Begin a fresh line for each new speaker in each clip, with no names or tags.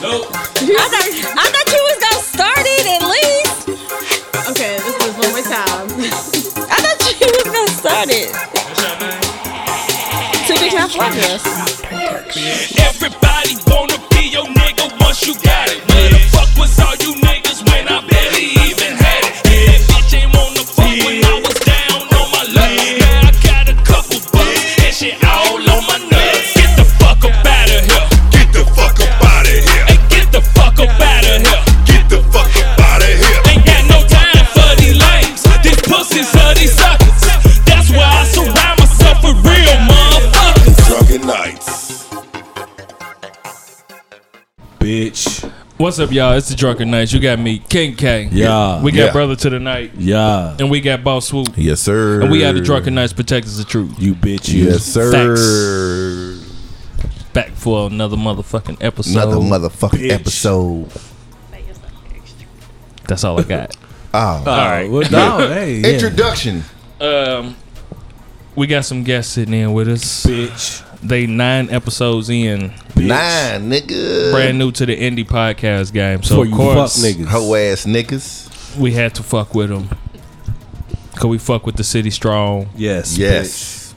Nope.
I thought, I thought you was gonna start it at least.
Okay, this is one more time.
I thought you was gonna start it.
What's your name?
Two big half lovers.
Everybody wanna be your nigga once you got it. Where the fuck was all you niggas when I barely even had it? Yeah, that bitch ain't wanna fuck when I was down on my luck. Now I got a couple bucks and shit all on my nuts. Get the fuck up out of here.
Get the fuck up out of here.
Hey, get the fuck up out of here.
Get the fuck up out of here.
Ain't got no time for these lames. These pussies are these suckers. That's why I surround myself with real motherfuckers.
Drunken nights.
Bitch.
What's up, y'all? It's the Drunken Nights. You got me, King K.
Yeah.
We got
Yeah.
Brother to the Night,
Yeah.
and we got Boss Swoop,
Yes, sir.
and we are the Drunken Nights Protectors of Truth.
You bitch. You.
Yes, sir.
Back for another motherfucking episode.
Another motherfucking
bitch.
episode.
That's all I got.
Oh.
All right. Well, no, hey. yeah.
Introduction.
um, we got some guests sitting in with us.
Bitch.
They nine episodes in,
Bitch.
Nine, nigga.
brand new to the indie podcast game. So
For
of
you fuck
course,
niggas.
Ho ass niggas.
we had to fuck with them. Cause we fuck with the city strong.
Yes.
Yes.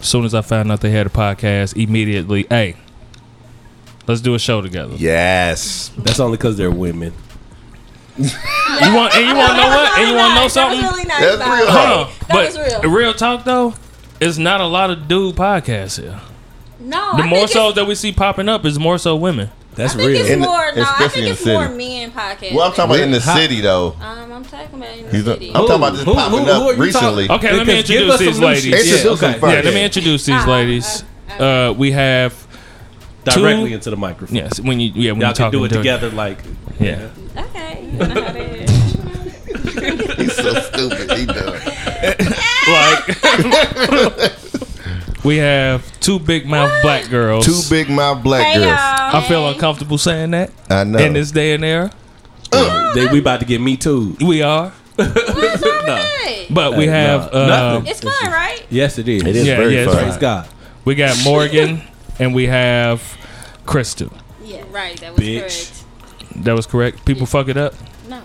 soon as I found out they had a podcast, immediately, hey, let's do a show together.
Yes.
bitch. That's only because they're women.
You want and you want to know what? And you want to know something?
That was really nice.
That's
Bob.
real.
Hold on.
That was
but
real.
talk though, it's not a lot of dude podcasts here.
No,
The
I
more
think
so
it's,
that we see popping up is more so women.
That's
I think
real.
it's
In the-
more. No, I
especially
think
in
it's
the
more
city.
men podcast.
Well, I'm talking about in the
How-
city though.
um, I'm talking about in the
He's a-
city.
I'm talking about this
Who- who-
popping
who are
up
you
recently.
talking-
Okay, let me
Because give
introduce
us some
these
new
ladies.
shit.
Introduce
Yeah,
them
okay.
first.
Yeah, let me introduce these
Uh-uh,
ladies.
uh,
Uh, we have
Directly
Two-
into the microphone.
yes when you yeah when
Y'all
you
can
talking
do it
during-
together like
Yeah,
Okay, you know how that is.
He's so stupid. He done.
like we have two big mouth black girls.
Two big mouth black
Hey,
girls.
y'all.
I feel
Hey.
uncomfortable saying that
I know.
in this day and era.
they, we about to get me too.
We are.
What's wrong
No.
with it?
But we
Hey,
have
nah,
uh,
nothing.
It's fun, right?
Yes, it is.
It is
Yeah,
very
yeah, it's
fun.
Praise God.
we got Morgan and we have Crystal.
Yeah, right. That was
Bitch.
correct.
That was correct. People fuck it up
No.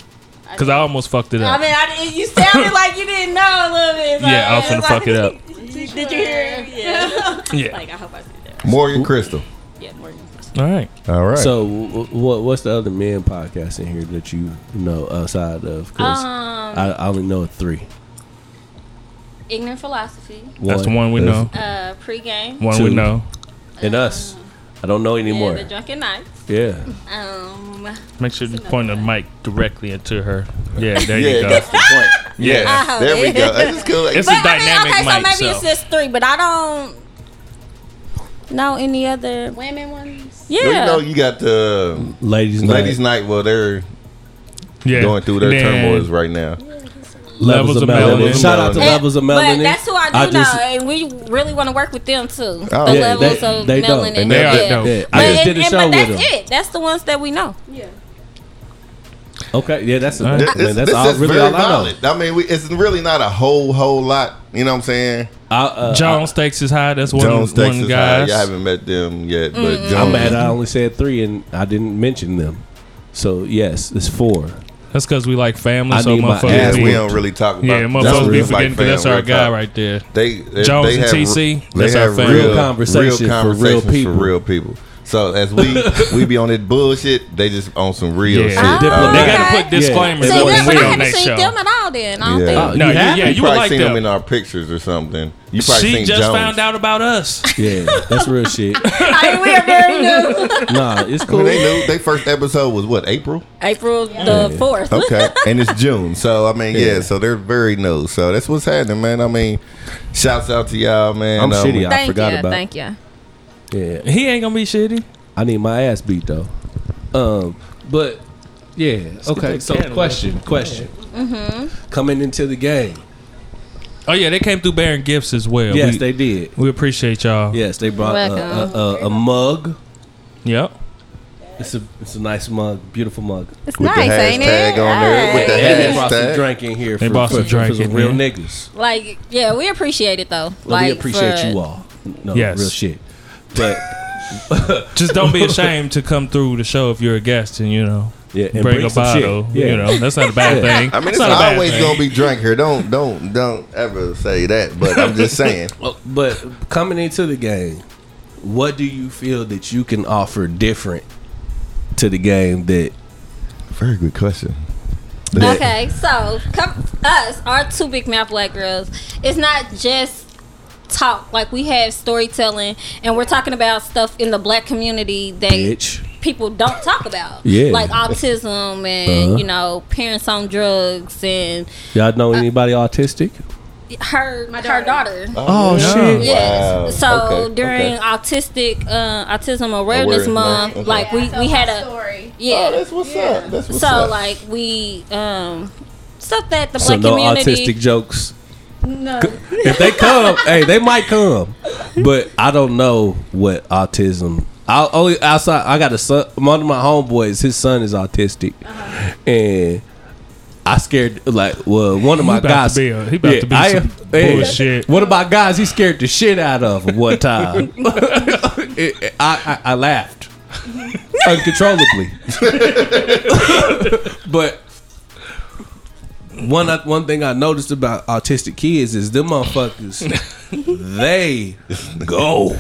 because I almost fucked it
I
up.
mean, I, didn't- you sounded like you didn't know a little bit. It's
Yeah, I was
like,
gonna fuck it up.
Did you hear? Yeah.
Yeah.
like I hope I did that.
Morgan Crystal.
Yeah, Morgan.
All right.
All right.
So, what what's the other men podcast in here that you know outside of? Because
Um,
Uh,
I, I only know of three.
ignorant philosophy.
That's the one we know.
Uh, pregame.
One
Two.
we know.
And us. I don't know
Yeah,
anymore.
the drunken nights.
Yeah.
Um,
Make sure you point the mic directly into her. Yeah, there
yeah,
you go.
that's the point.
Yeah.
Oh,
Yeah, there we go. It's cool.
It's
but
a dynamic
I mean, okay,
mic.
so maybe
so.
it's just three, but I don't know any other women ones. Yeah,
You know, you got the
Ladies, night.
ladies' night. Well, they're
yeah.
going through their
Then
turmoils right now.
Levels of melanin.
Shout out to
And-
Levels of Melanin.
But that's who I do
I just-
know, and we really want to work with them too.
Oh.
the
Yeah,
levels
they-
of
they don't.
melanin.
And
They are
yeah.
dope.
Yeah,
But,
I just did
and-
a
and-
show
but
with
that's
them.
it. That's the ones that we know.
Okay, yeah, that's a,
Alright.
that's, man,
This,
that's
this
all,
is
really
very
all I know.
valid. I mean, we, it's really not a whole whole lot. You know what I'm saying?
I, uh,
Jones Stakes is high. That's one,
Jones,
one
Texas.
guy.
High. Y'all haven't met them yet, but Jones.
I, I'm mad. I only said three, and I didn't mention them. So yes, it's four.
That's because we like family.
I
so
need my
motherfuckers
yeah,
ass
be,
we don't really talk about.
yeah,
that's
motherfuckers be
real
forgetting
black
'cause that's
fam,
our
real
guy
talk.
right there.
They, they
Jones
they
and
have,
TC,
They
that's our
have
fam.
Real conversation for real
conversations
people.
real people. So as we we be on this bullshit, they just on some real
Yeah.
shit. Uh,
Ah,
All
Diplomat.
They
Okay.
got to put
Yeah.
disclaimers
See,
up
that's
when
what
we
I
on
haven't
that
seen
show.
them at all. Then I don't
Yeah.
think.
Oh,
No,
You
you,
have?
yeah,
You,
you would
probably
like
seen them in
them.
our pictures or something. You probably
She
seen
just
Jones.
found out about us.
Yeah, that's real shit.
I mean, we are very new.
Nah, it's
I
cool.
mean, they knew they first episode was what April.
April the
Yeah.
fourth.
Okay, and it's June, so I mean, yeah.
Yeah.
so they're very new. So that's what's happening, man. I mean, shouts out to y'all, man.
I'm
Um,
shitty. I
Thank
forgot
you.
about.
Thank you.
Yeah,
He ain't gonna be shitty.
I need my ass beat though. Um, but yeah, okay. So
candle
question, question. Coming into the game,
Oh yeah, they came through bearing gifts as well.
yes,
we,
they did.
we appreciate y'all.
Yes, they brought a,
Welcome.
a, a, a mug.
Yep.
It's a it's a nice mug, beautiful mug.
It's
With the
nice, ain't
hashtag
it?
on there, with the
Alright.
And they brought some
Hashtag.
drink in here.
They
for,
brought some
for- for
drink
some
in
real
here.
niggas.
Like, yeah, we appreciate it though.
Well,
like,
we appreciate
for-
you all. No,
Yes.
real shit. But
Just don't be ashamed to come through the show if you're a guest and you know
Yeah, and
bring,
bring
a
some shit.
bottle.
Yeah.
You know that's not a bad
Yeah.
thing.
I mean,
it's
it's
not a bad
always
thing.
gonna be drink here. Don't don't don't ever say that. But I'm just saying.
Well, Uh, but coming into the game, what do you feel that you can offer different to the game that
Very good question.
Okay, so come us, our two big mouth black girls. It's not just talk. Like we have storytelling, and we're talking about stuff in the black community that
bitch?
people don't talk about.
Yeah.
like autism and
Uh-huh.
you know parents on drugs and
Y'all know anybody autistic?
her her daughter.
Oh, shit.
Wow.
Yes. So
Okay,
during
okay.
autistic uh, autism
Awareness
awareness
Month,
month,
okay.
like we we had a
story.
yeah.
Oh, that's what's up. That's what's
so
up.
like we um stuff that the
So
black
no
community
autistic jokes.
no
If they come, hey, they might come, but I don't know what autism. I only outside. I got a son. One of my homeboys, his son is autistic, and I scared like well, one of my
about to
guys.
be a- he about to be some
hey,
bullshit.
One of my guys, he scared the shit out of him one time. It- it- I, I I laughed uncontrollably, but one one thing I noticed about autistic kids is them motherfuckers, they go,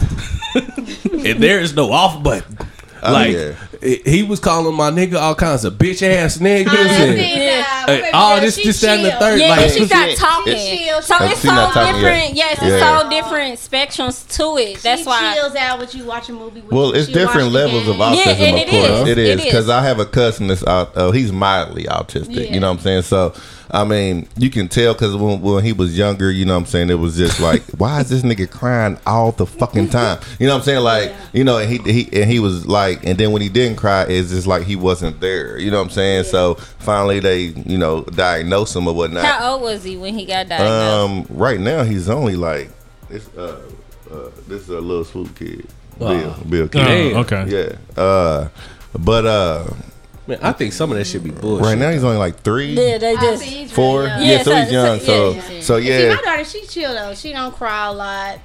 and there is no off button. Like
Oh, yeah.
he- he was calling my nigga all kinds of bitch ass niggas
Oh,
I
and
seen that.
hey,
Baby
all
girl,
this,
she
this, that, and the
chill.
third.
Yeah,
like,
and she's not
It's-
talking.
it's-
so
Oh,
it's
she
so
not talking, yeah.
different. Yes, it's
Yeah.
so different spectrums to it. That's
she
why.
chills out with you watching movie. With
Well,
you.
it's
She
different
watch the
levels of
game.
autism,
Yeah, and
of
it
course.
is.
It is
It is.
because I have a cousin that's out. Oh, he's mildly autistic. You know what I'm saying? So, I mean, you can tell because when, when he was younger, you know what I'm saying, it was just like, why is this nigga crying all the fucking time? You know what I'm saying? Like, you know, and he, he and he was like, and then when he didn't cry, it's just like he wasn't there. You know what I'm saying? So finally, they you know diagnose him or whatnot.
How old was he when he got diagnosed?
Um, right now he's only like this. Uh, uh, this is a little swoop kid, Bill. Bill
Oh,
kid.
okay.
Yeah. Uh, but uh,
man, I think some of that should be bullshit.
right now he's only like three,
yeah, they
I
just
see, he's
four.
really young.
Yeah,
Yeah,
so
so-
he's young. So
so- yeah, yeah.
so
See,
yeah.
my daughter, she chill though. She don't cry a lot.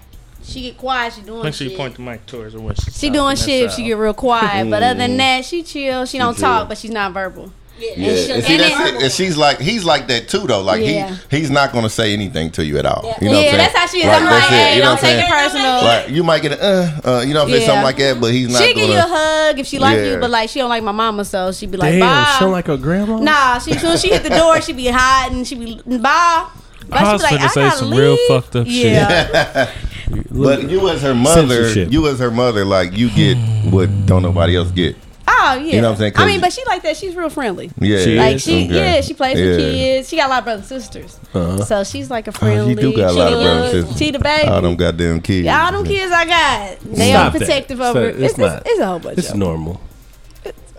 She get quiet. She doing.
Make sure
shit.
you point the mic towards her when she's
She
talking.
doing
That's
shit if she
all.
get real quiet. But other than that, she chill. She don't
Mm. chill.
talk, but she's not verbal.
Yeah, and, see,
and
that's it. and she's like he's like that too though. Like
Yeah.
he he's not gonna say anything to you at all. You know what I'm
yeah,
saying?
that's how she is. I'm
that's
like,
it.
hey,
You know
don't
what I'm
take it
saying?
personal.
Like you might get an uh, uh, you know what I'm saying,
Yeah.
something like that, but he's not
She'll
gonna.
give you a hug if she like
Yeah.
you, but like she don't like my mama, so she be like, bye.
Damn, sound like her grandma.
nah, she soon as she hit the door, she be hiding. She be bye. But
I was
she be
finna
like,
say
gotta
some real
leave."
fucked up shit.
yeah.
But you as her mother,
Censorship.
you as her mother, like you get what don't nobody else get.
Oh yeah.
You know what I'm saying? 'Cause-
I mean, but she like that. She's real friendly.
Yeah,
She
Like
is?
she,
Okay.
yeah, she plays
Yeah.
with kids. She got a lot of brothers and sisters,
Uh-huh.
so she's like a
Oh,
friendly.
you do got a lot of
chill,
brothers and sisters. Oh,
She the baby.
All
All
them goddamn kids.
them kids I got, they
Stop
are
that.
protective
So
over.
it's
It's, it's,
not-
it's a whole bunch
It's
of.
normal.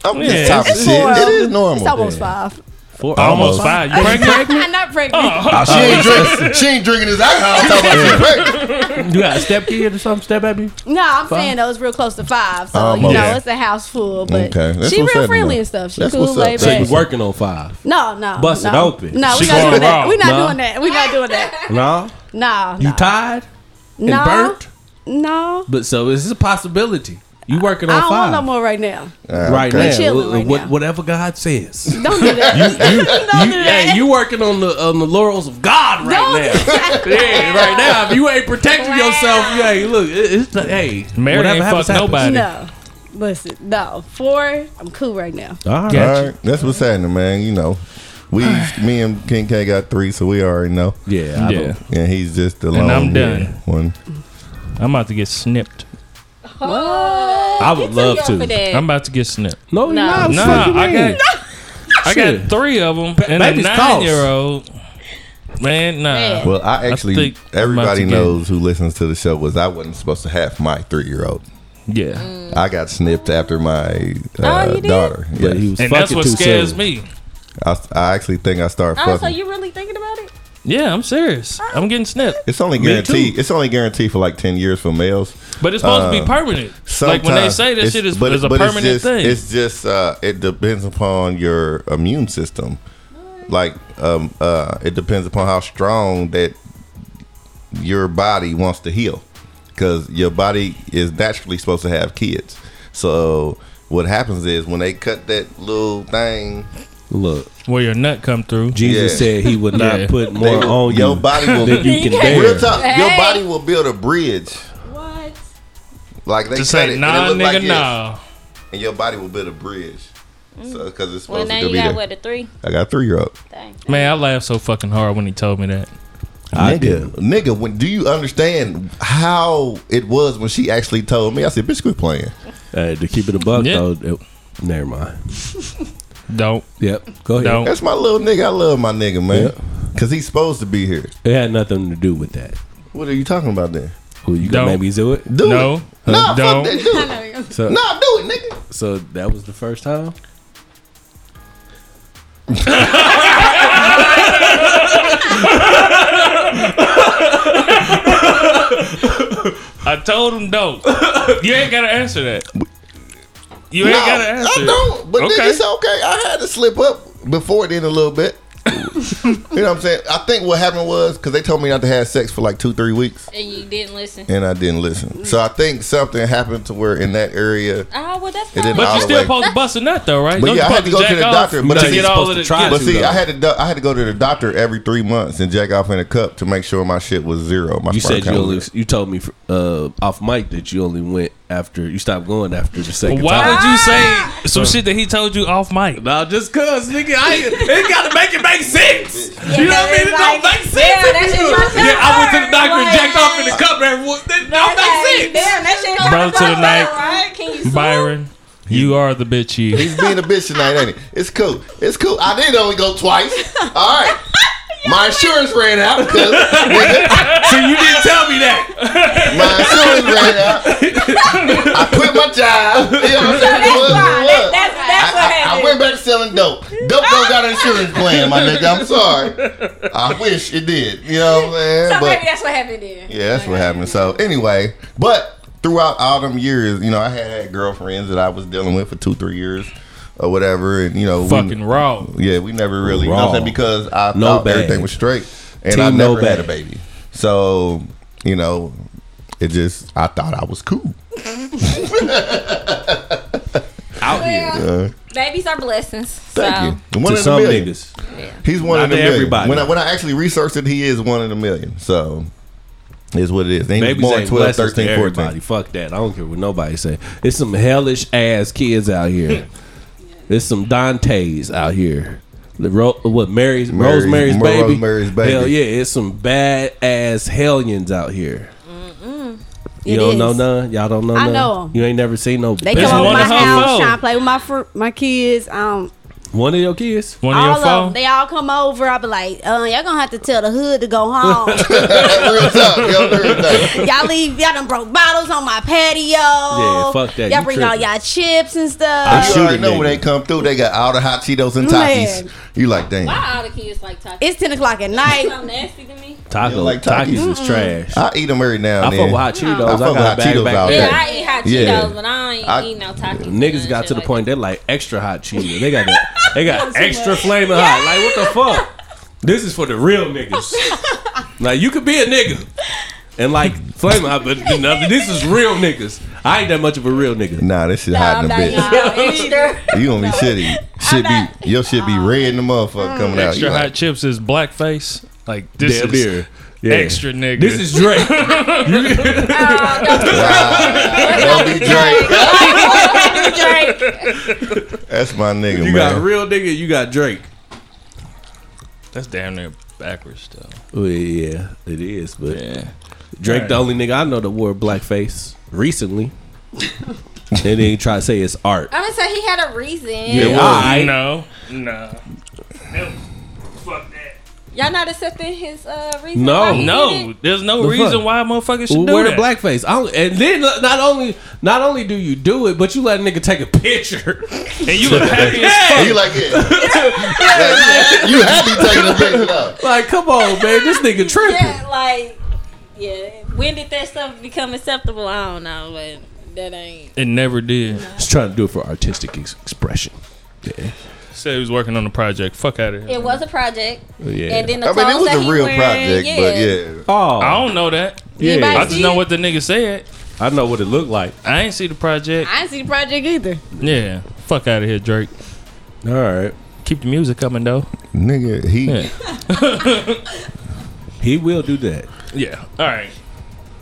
I'm
Yeah.
just talking
It's
shit.
four of
It
them.
is normal.
It's almost five.
Almost five. You pregnant?
I'm not pregnant.
Oh, she, ain't drinking, she ain't drinking this alcohol. Talking about she pregnant.
You got a step kid or something, step baby?
No, I'm saying though it's real close to five, so
Almost.
you know
Yeah.
it's a house full. But
Okay, that's
she
what's
real
up,
friendly
man.
and stuff. She
That's
cool,
what's up.
laid
So
So
back.
you working on five?
No, no,
Bust it
no.
open.
No,
She
we're not
going
doing
raw.
that. We're not
No?
doing that. We're not doing that.
No,
No,
you
no,
tired and
No.
burnt,
no.
but so this is a possibility. You working on
I don't want
five
no more right now.
Ah,
right,
okay.
now.
chilling
Wh-
right
what-
now.
Whatever God says.
Don't do that. don't do that.
Hey, you working on the on the laurels of God right
Don't
now. yeah, right now. If you ain't protecting yourself, you ain't look. it- It's the, hey,
Mary
whatever
ain't
happens,
fuck
happens.
nobody.
No. Listen, no. Four, I'm cool right now.
All right.
All right, that's what's happening, man. You know, we, me and King K got three, so we already know.
Yeah,
Yeah.
I don't-
And he's just the lone
And I'm done.
one.
I'm about to get snipped.
I would love
Too young for
to.
that.
I'm about to get snipped.
No, you're not.
Nah,
Fuck you
I
mean.
got, I
Shit.
got three of them and
baby's
a
tossed.
nine-year-old. Man, nah.
Man.
Well, I actually,
think I'm about
everybody
to get-
knows who listens to the show was I wasn't supposed to have my three year old.
Yeah,
Mm.
I got snipped after my uh,
Oh, you did?
daughter.
But he
Yeah,
was
and
fucking
that's what
too
scares
soon.
me.
I, I actually think I started
Oh, so
fucking.
you really thinking about it?
Yeah, I'm serious. I'm getting snipped,
It's only guaranteed. It's only guaranteed for like ten years for males.
but it's supposed to
Uh,
be permanent. Like when they
Sometimes
say that
it's-
shit is,
but-
is a
but
permanent
it's just,
thing.
It's just uh, it depends upon your immune system. Like um, uh, it depends upon how strong that your body wants to heal. because your body is naturally supposed to have kids. So what happens is when they cut that little thing,
Look,
Where your nut come through.
Jesus
Yeah.
said he would not
Yeah.
put more
they-
on you
your body will
than you can
Hey.
real
bear.
talk, your
Hey.
body will build a bridge.
What?
Like they
Just
cut
say,
it,
nah,
and it
nigga,
look like this,
nah.
and your body will build a bridge. So because it's
Well,
supposed
now
to
you
be
got
there.
what a three.
I got a three year old.
Dang.
Man, I laughed so fucking hard when he told me that.
I
nigga, nigga, when do you understand how it was when she actually told me? I said, "Bitch, quit playing."
Hey, to keep it a buck
Yeah.
though. it- never mind.
Don't.
Yep. Go ahead.
Don't.
That's my little nigga. I love my nigga, man,
Yeah.
because he's supposed to be here.
It had nothing to do with that.
What are you talking about then?
Well, you can
Don't.
maybe do it.
Do
No.
it. Nah,
Don't.
fuck that. Do it.
So,
Nah, do it, nigga.
so that was the first time.
I told him don't. You ain't gotta answer that. You ain't
No,
gotta answer.
I
it.
don't. But
Okay.
nigga, it's okay. I had to slip up before then a little bit. you know what I'm saying? I think what happened was because they told me not to have sex for like two, three weeks,
And you didn't listen.
and I didn't listen. So I think something happened to where in that area.
Oh, well, that's
It
fine.
didn't
But you
the
still
way.
supposed to bust a nut though, right?
But
Don't
yeah,
you
I had to
supposed
go to the
jack off?
doctor, but
to
I-
get
you're
all of
supposed
the
to try
get-
But
to,
see,
though.
I had to do- I had to go to the doctor every three months and jack off in a cup to make sure my shit was zero. My
You
sperm
said you
count
only.
was
You told me uh, off mic that you only went after you stopped going after the second
Why
time.
would you
Ah.
say some shit that he told you off mic?
No, just cause nigga, I ain't- it gotta make it make sense. you know what I mean? It
like-
don't make sense.
yeah,
if
that
you-
shit must
yeah, I went to the
hurt,
doctor and
like-
jacked off in the cup. and everyone- That don't make sense.
Damn, that shit
Bro to the night,
right? Can you
Byron. You are the bitch. You.
He's being a bitch tonight, ain't he? It's cool. It's cool. I did only go twice. All right. My insurance ran out. 'cause, nigga,
So you didn't tell me that.
my insurance ran out. I quit my job. You know what I'm saying? It was what it was.
That's, that's what
I, I- I
happened.
went back to selling dope. Dope don't got an insurance plan, my nigga. I'm sorry. I wish it did. You know what I'm saying?
so
But-
maybe that's what happened then.
Yeah, that's what happened. So anyway, but throughout all them years, you know, I had, had girlfriends that I was dealing with for two, three years or whatever, and you know, we-
Fucking raw.
yeah, we never really, you know, what I'm saying?
Raw.
because I
No
thought
bag.
everything was straight, and
Team
I
no
never had a
bag.
baby. So you know, it just I thought I was cool.
Out here.
Uh,
Babies are blessings. so.
thank you. One
To
in a
some
million.
niggas.
He's one
Not
in
to
a million.
everybody.
When I when I actually researched it, he is one in a million. So. Is what it is. They
Babies
born
ain't 12,
12, 13, 14.
Fuck that. I don't care what nobody say. It's some hellish ass kids out here. It's some Dantes out here. The ro- what Mary's,
Mary's-
Rosemary's
Mo-
baby.
Rosemary's Baby.
Hell yeah, it's some bad ass hellions out here. You
It
don't
is.
know none. Y'all don't know
I
none.
know 'em.
You ain't never seen no.
They
bitch.
It's
come over
one
my
of her
house,
foes.
trying to play with my fr- my kids. Um,
One of your kids.
One of
all
your
of them,
phone.
they all come over. I be like, uh, y'all gonna have to tell the hood to go home.
Real talk, yo, real talk.
y'all leave. Y'all done broke bottles on my patio. Yeah,
fuck that.
Y'all
You
bring all
tripping.
y'all chips and
I
stuff.
You
shoot
already
a
know when
nigga.
they come through, they got all the hot Cheetos and
Man.
Takis. You like, damn.
Why all the kids like tacos?
it's ten o'clock at night.
so nasty to me.
You
Taco.
don't like Takis?
Takis is trash. I,
I eat them every now and
fuck
then.
with hot Cheetos.
I
I,
fuck with hot
got a bag
Cheetos
back
all
there.
day.
Yeah, I eat hot Cheetos,
Yeah.
but I ain't
I-
eat no tacos.
Niggas got to the point they're like extra hot Cheetos. They got that, they got extra flaming hot. Like what the fuck? This is for the real niggas. like you could be a nigga and like flaming hot, but you know, this is real niggas. I ain't that much of a real nigga.
Nah, this shit
I'm
hot in
not
the
eating
bitch.
no extra.
You gonna be shitty. Shit be your shit be red in the
Mm.
motherfucker coming out. You
Extra hot
like,
chips is blackface. Like this
Damn
is
near. Yeah.
extra nigga.
This is Drake.
wow. Don't be Drake.
Drake.
That's my nigga,
you got
man.
real nigga. You got Drake.
that's damn near backwards though.
Well, yeah, it is. But
Yeah.
Drake, the
Right.
only nigga I know that wore blackface recently. and then he try to say it's art.
I'm gonna say he had a reason.
Yeah. Alright.
No, no. Hell, Fuck that.
Y'all not accepting his uh, reason?
No.
why he did
No,
it?
there's no
The fuck?
reason why motherfuckers should
Well,
do
wear
that.
the blackface. I don't, and then uh, not only not only do you do it, but you let a nigga take a picture.
and you look happy as fuck.
And you like it. Like, you happy taking the picture off.
like, come on, man, this nigga tripping.
Yeah, like, yeah. When did that stuff become acceptable? I don't know, but that ain't.
It never did.
Just trying to do it for artistic ex- expression.
Said he was working on a project. Fuck out of here.
It was a project.
Mm-hmm. Yeah.
And then the
I mean, it
clothes
was
that he
a real
wearing,
project,
yeah.
but yeah.
Oh,
I don't know that.
yeah.
Anybody
I just
see
know
it?
what the nigga said.
I know what it looked like.
I ain't see the project.
I didn't see the project either.
Yeah. Fuck out of here, Drake.
All right,
Keep the music coming though.
Nigga, he
Yeah.
he will do that.
Yeah. All right.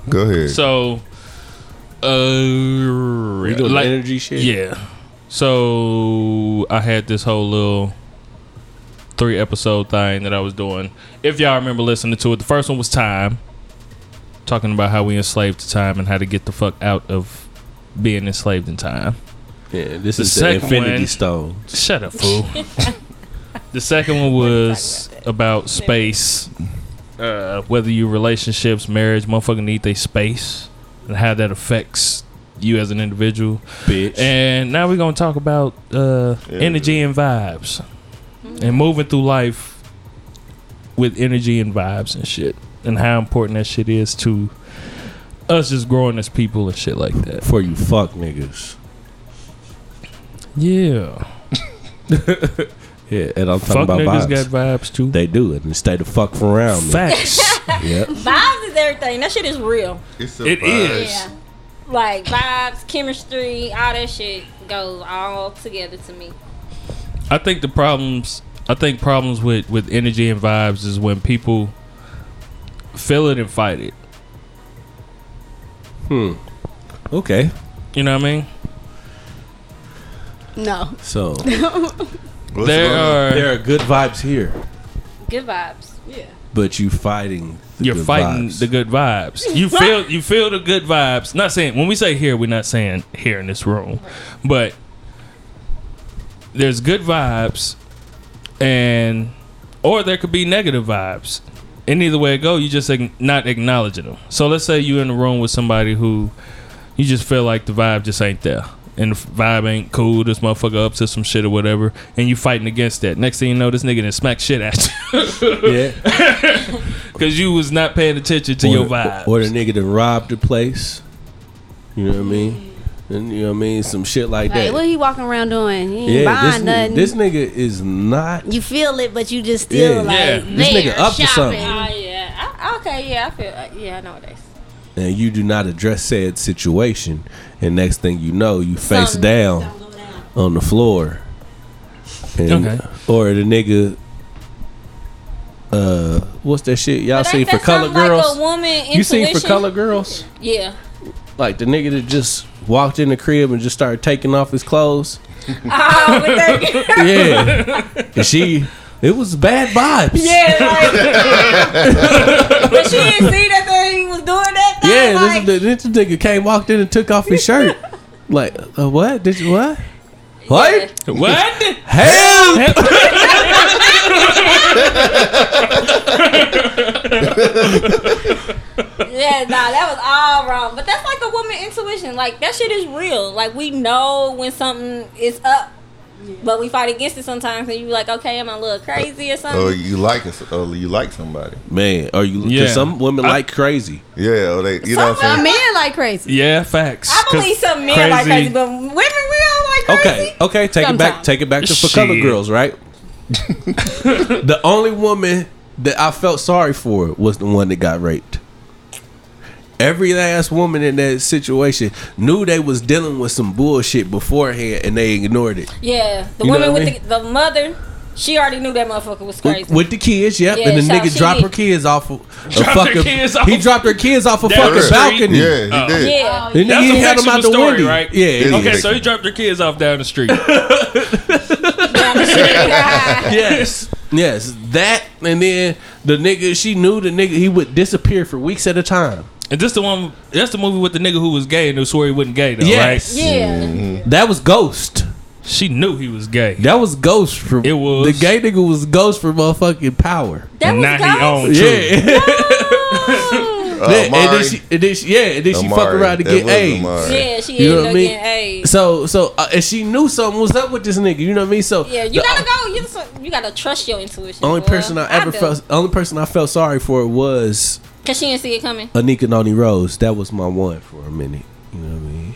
go ahead.
So, uh,
We doing energy shit.
Yeah. So I had this whole little three episode thing that I was doing. If y'all remember listening to it, the first one was time, talking about how we enslaved to time and how to get the fuck out of being enslaved in time.
Yeah, this
The
is the
second
Infinity
one-
Stone.
Shut up, fool. the second one was about space. Uh, whether you relationships, marriage, motherfucker need they space and how that affects you as an individual.
Bitch.
And now we're gonna talk about uh,
Yeah.
energy and vibes, and moving through life with energy and vibes and shit, and how important that shit is to us just growing as people and shit like that.
for you fuck niggas.
Yeah,
Yeah, and I'm talking
fuck
about
niggas
vibes.
got vibes too.
they do it and stay the fuck from around me.
Facts.
Yeah.
Vibes is everything. That shit is real.
It's
it is.
Yeah. Like vibes, chemistry, all that shit goes all together to me.
I think the problems. I think problems with with energy and vibes is when people feel it and fight it.
Okay.
You know what I mean?
No.
So
What's
there
wrong?
are
there are good vibes here,
Good vibes.
Yeah.
but you fighting. The
you're
good
fighting
vibes.
the good vibes. You feel you feel the good vibes. Not saying when we say here, we're not saying here in this room, but there's good vibes, and or there could be negative vibes. And either way it go, you just ag- not acknowledging them. So let's say you're in a room with somebody who you just feel like the vibe just ain't there. And the f- vibe ain't cool. This motherfucker up to some shit or whatever, and you fighting against that. Next thing you know, this nigga done smack shit at you.
yeah.
Because you was not paying attention to
or,
your
the-
vibe.
or the nigga that robbed the place. You know what I mean? And you know what I mean? Some shit like
Like,
that.
what he walking around doing? He ain't
yeah. This,
buying
ni-
nothing.
this nigga is not.
you feel it, but you just still
Yeah.
like,
Yeah.
This nigga
there,
up to something.
shopping.
Oh yeah. I, okay. Yeah. I feel. Like, yeah. I know what that's.
and you do not address said situation, and next thing you know, you face
Something-
down on the floor, and
Okay.
or the nigga. Uh, what's that shit y'all
But
see
ain't
for
that
color
something
girls?
Like a woman
you seen for
intuition?
color girls?
Yeah.
Like the nigga that just walked in the crib and just started taking off his clothes.
Oh, with that.
Yeah, and she. It was bad vibes.
Yeah. Like, but she didn't see that thing. He was doing that thing.
Yeah,
Like,
this, this nigga came walked in and took off his shirt. like, uh, what? Did you what? What?
What?
Hell!
yeah. Nah, that was all wrong. But that's like a woman intuition. Like that shit is real. Like we know when something is up. But we fight against it sometimes, and you be like, okay, am I a little crazy or
Oh,
something?
Or Oh, you like us, or you like somebody.
Man, are you? 'cause
Yeah.
Some women
I-
like crazy.
Yeah, or they, you know what
Some
I'm saying?
men like crazy.
Yeah, facts.
I believe
'Cause
some men like crazy, but women we don't like crazy.
Okay, okay, take it back.
Sometimes.
Take it back to for color
Shit.
girls, right? the only woman that I felt sorry for was the one that got raped. Every last woman in that situation knew they was dealing with some bullshit beforehand, and they ignored it
Yeah, the
You know
woman
what I
with the, the mother, she already knew that motherfucker was crazy.
with, with the kids. Yep,
Yeah,
and the
so
nigga
she
dropped
did.
her kids off. Of a
Dropped her
fucking,
kids off-
He dropped her kids off a
Down the
fucking
street.
balcony.
Yeah, he
Uh,
Oh.
did.
yeah,
Then
That's
he
a
had him
fictional
out the
story,
window.
right?
Yeah, yeah.
Okay,
Yeah.
so he dropped their kids off down the street.
yes, yes, that, and then the nigga. She knew the nigga. He would disappear for weeks at a time.
and this the one. That's the movie with the nigga who was gay and who swore he wasn't gay. Though,
Yes.
right?
yeah.
That was Ghost.
She knew he was gay.
That was Ghost from.
It was.
the gay nigga was Ghost for motherfucking power.
That
and
was
now he
ghost.
owned True.
Yeah.
Uh,
and then
Amari.
she, and then she, yeah, and then she fuck
Amari.
around to
That
get
was
AIDS.
Amari.
Yeah, she
You know
ended
what I
up
mean?
getting AIDS.
So, so, uh, and she knew something was up with this nigga. You know what I mean? So,
Yeah, you
the
gotta go. You, just, you gotta trust your intuition.
only
boy.
person I ever
do.
felt, only person I felt sorry for was
Cause she didn't see it coming.
Anika Noni Rose. That was my one for a minute. You know what I mean?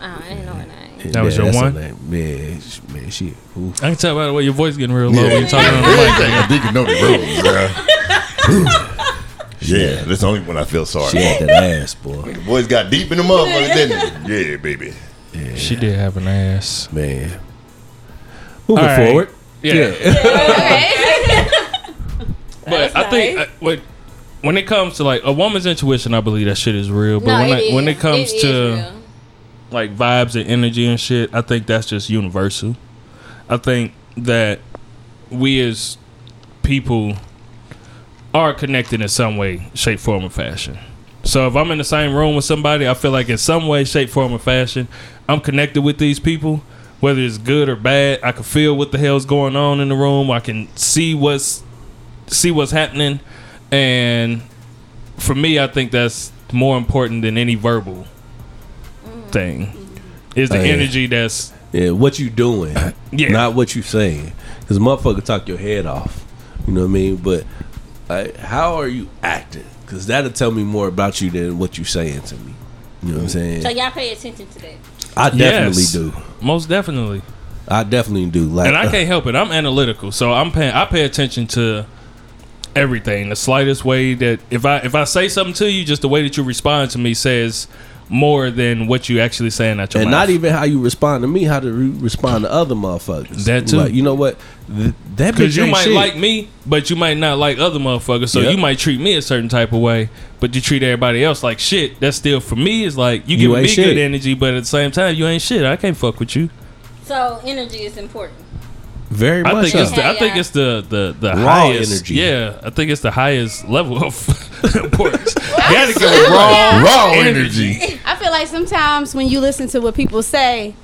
Oh, I didn't know her name.
That was your
that's her
one?
name. Man, sh- man, she. Oof.
I can tell by the way your voice getting real low when you're talking on the mic.
I think you know the rules, bro. yeah, that's the only one I feel sorry.
She had that ass, boy.
for. The boys got deep in the motherfucker, didn't they? Yeah, baby.
She did have an ass.
Man. Moving
All right.
forward.
Yeah. But I think uh, what when it comes to like a woman's intuition, I believe that shit is real. But when I, when it comes to like vibes and energy and shit, I think that's just universal. I think that we as people are connected in some way, shape, form, or fashion. So if I'm in the same room with somebody, I feel like in some way, shape, form, or fashion, I'm connected with these people. Whether it's good or bad, I can feel what the hell's going on in the room. I can see what's see what's happening, and for me, I think that's more important than any verbal thing. Is the
Oh, yeah.
energy that's
Yeah, what you doing,
Yeah.
not what you saying. Because motherfucker talk your head off. You know what I mean? But like, how are you acting? Because that'll tell me more about you than what you saying to me. You know what I'm saying?
So y'all pay attention to that.
I definitely
Yes.
do.
most definitely.
I uh, definitely do. Like,
and I can't help it. I'm analytical, so I'm paying. I pay attention to everything. The slightest way that if I if I say something to you, just the way that you respond to me says more than what you actually saying out your
and
mouth.
not even how you respond to me, how to re- respond to other motherfuckers.
That too.
Like, you know what? Th- that
because
bitch
you
ain't
might
shit.
like me, but you might not like other motherfuckers. So
Yep.
you might treat me a certain type of way, but you treat everybody else like shit. That's still for me is like you
You
giving
ain't
me good
shit.
energy, but at the same time you ain't shit. I can't fuck with you.
So energy is important.
very
I
much.
think it's
so.
the, I
Yeah,
think
yeah.
it's the the the
Raw
highest
energy.
Yeah, I think it's the highest level of importance. Gotta give raw
Raw
energy.
energy.
I feel like sometimes when you listen to what people say,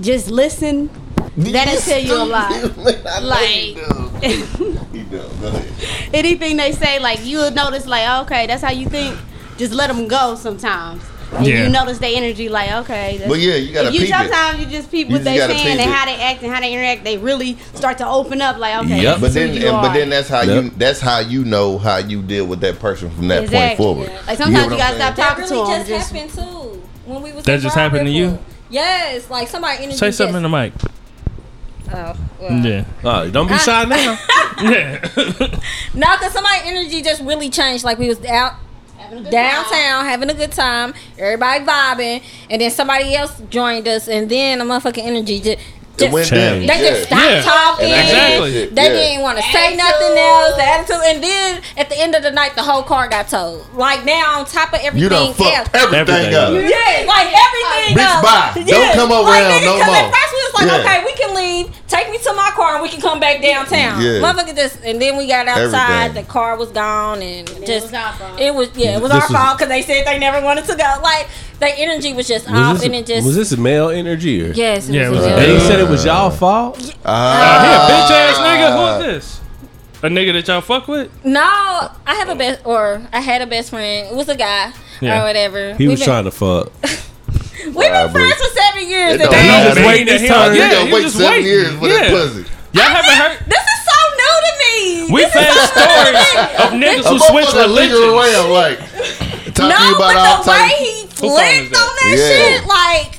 just listen. That'll tell you a lot. Like
You know, go ahead.
anything they say, like you'll notice, like okay, that's how you think. Just let them go sometimes. And
Yeah.
you notice their energy, like okay. that's-
But yeah, you gotta
If you
peep it.
sometimes you just peep
You
what
just
they
gotta
saying
peep
and
it.
how they act and how they interact. They really start to open up, like okay.
Yep.
But
this is
then,
who
and,
you
but
are.
then that's how you
Yep.
that's how you know how you deal with that person from that point
Exactly.
forward.
Like sometimes you,
what I'm saying?
gotta stop
That
talking
really
to them.
just,
Just,
happened too. When we was
That
in
just
Broad
happened to
Ripple.
you?
Yes, like somebody energy.
Say something in
Just,
the mic.
oh, well.
Yeah.
Uh, don't be shy now.
Yeah.
No, because somebody energy just really changed. Like we was out downtown having a good time, everybody vibing, and then somebody else joined us, and then the motherfucking energy just. just
It went
Change.
down.
they just
Yeah.
stopped
Yeah.
talking.
And I hate that
Exactly.
shit.
They
Yeah.
didn't want to say nothing else. The attitude, and then at the end of the night, the whole car got towed. Like now, on top of everything
You done
else,
fucked everything,
Everything.
up.
Yeah.
yeah, like everything.
Bitch,
else.
bye. Don't come over
like,
here
nigga,
no
'cause
more.
At first we was like,
Yeah.
okay, we can leave. Take me to my car and we can come back downtown.
Yeah.
Motherfucker just and then we got outside,
Everything.
the car was gone and,
it
just
was our fault.
it was yeah, it was
This
our
was-
fault because they said they never wanted to go. Like their energy was just off
was, this,
and it just
was this male energy? Or?
Yes, it
Yeah,
was,
it
a
was-
deal.
They said it was y'all fault.
Ah.
Here, bitch ass nigga. Who is this? A nigga that y'all fuck with?
No, I
Oh.
have a best or I had a best friend. It was a guy
Yeah.
or whatever.
He was
been,
trying to fuck.
We've been
Probably.
friends for seven years.
It
and
don't
then-
matter.
was waiting
his
his
turn.
turn.
I
Yeah,
think I'll
he
wait
just
seven
waiting.
years for
Yeah.
that pussy.
Y'all haven't heard?
This is so new to me.
We've had stories of niggas
A
who switch
motherfucker linger
religions.
around like talk to you
no,
about all
but the way
type-
he
phone is
flipped
that?
on that
Yeah.
shit, like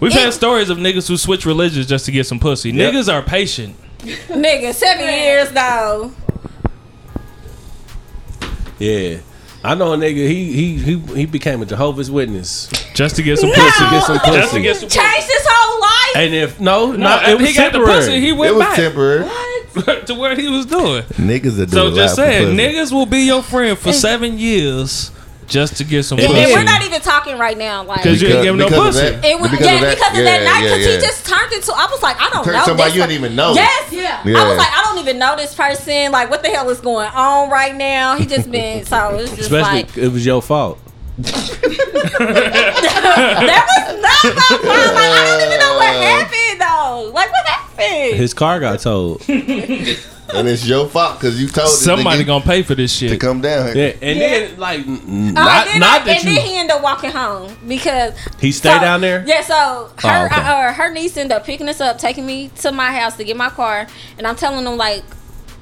We've
It-
had stories of niggas who switch religions just to get some pussy.
Yep.
Niggas are patient.
nigga, seven years though.
Yeah. I know a nigga. He he he he became a Jehovah's Witness.
Just to get some
No.
pussy.
Get some pussy.
Just to get some pussy.
Changed his whole life.
And if no,
No,
not it
after
was
he got the
temporary.
pussy, he
It
went
was
back
temporary.
to where he was doing.
Niggas are doing
So just
a lot for
saying,
pussy.
niggas will be your friend for seven years just to get some
And
and
then
then
pussy.
we're not even talking right now. Like
Because you ain't give him no
because of
pussy.
that-
it was
because
yeah,
of that-
because of
yeah,
that night.
yeah,
Because
yeah.
he just turned into. I was like, I don't
Turned
know.
somebody
this
you didn't
per-
even know.
Yes.
Yeah.
Yeah.
I was like, I don't even know this person. Like, what the hell is going on right now? He just been so it's just
Especially
like
it was your fault.
that was not my fault. Like, I don't even know what happened though. Like, what happened?
His car got towed. Yeah,
and it's your fault because you told this
Somebody
nigga
gonna pay for this
to
shit.
come down here.
and then like n- n-
Oh,
not
then
not
I,
that
and
you
then he ended up walking home because
he stayed
so-
down there.
Yeah, so her
Oh, okay.
uh, uh, her niece ended up picking us up, taking me to my house to get my car, and I'm telling them like,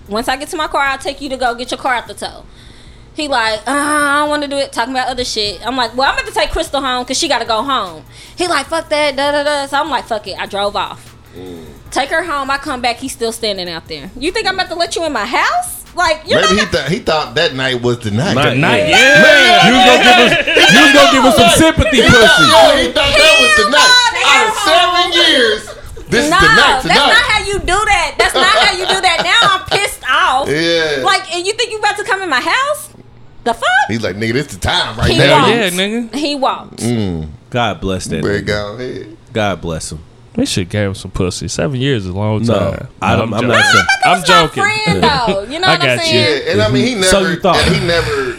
once I get to my car, I'll take you to go get your car out the tow. He like, ah, I don't want to do it. Talking about other shit. I'm like, well, I'm about to take Crystal home because she got to go home. He like, fuck that, da da da. So I'm like, fuck it. I drove off.
Mm.
Take her home. I come back. He's still standing out there. You think I'm about to let you in my house? Like, you're
Maybe
not.
he thought he thought that night was the night.
Night.
Not
Yeah.
yet.
You was gonna give us, you was gonna give us some sympathy, pussy.
Yeah, he thought that was the
Hell
night.
no,
Out of
hell
seven
no.
years, this
no,
is the night
that's not
tonight.
how you do that. That's not how you do that. Now I'm pissed off.
Yeah.
Like, and you think you about to come in my house? The fuck?
He's Mm. like, nigga, this the time right
He
now.
Hell
won't.
Yeah.
yeah, nigga.
He walked.
God bless that.
Man,
nigga.
go ahead.
God bless him.
This shit gave him some pussy. Seven years is a long
No,
time.
I don't- I'm
joking.
not saying-
I'm
That's my
joking.
friend, though. You know
I
what I'm
got you.
Yeah,
saying?
and I mean, he never,
So you thought.
and he never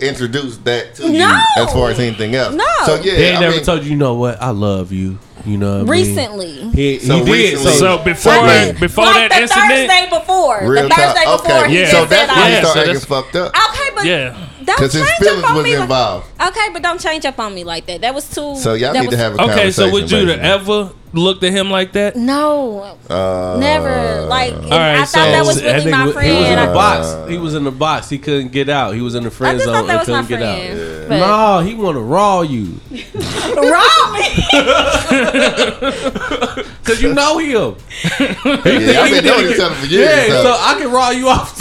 introduced that to you
No.
as far as anything else.
No.
So yeah,
He ain't
I
never
mean,
told you, you know what? I love you. You know what I mean?
Recently.
He,
So
he did.
recently-
So,
So before
Wait, wait.
before
like
that
the
incident,
Thursday before.
real
the
talk.
Thursday before.
Okay,
he
Yeah.
just
so
said
that's why
I-
he
Yeah, so
started
that's-
getting fucked up
Okay, but
yeah,
don't
because his
change
feelings
up on
was
me. Like,
involved.
okay, but don't change up on me like that. That was too.
So y'all
that
need to
was-
have a
Okay,
conversation.
so would you
basically.
ever looked at him like that?
No,
Uh,
never. Like and
right,
I thought
so-
that was
That
really
nigga
my
was- He was in
friend.
a
I-
box. He was in the box. He couldn't get out. He was in the
I
friend
just
zone
thought that
and
was my
couldn't get
friend.
out.
But
No, he want to raw you
Wrong me.
because you know him.
yeah, I've been knowing each other for years.
Yeah,
so.
so I can raw you off.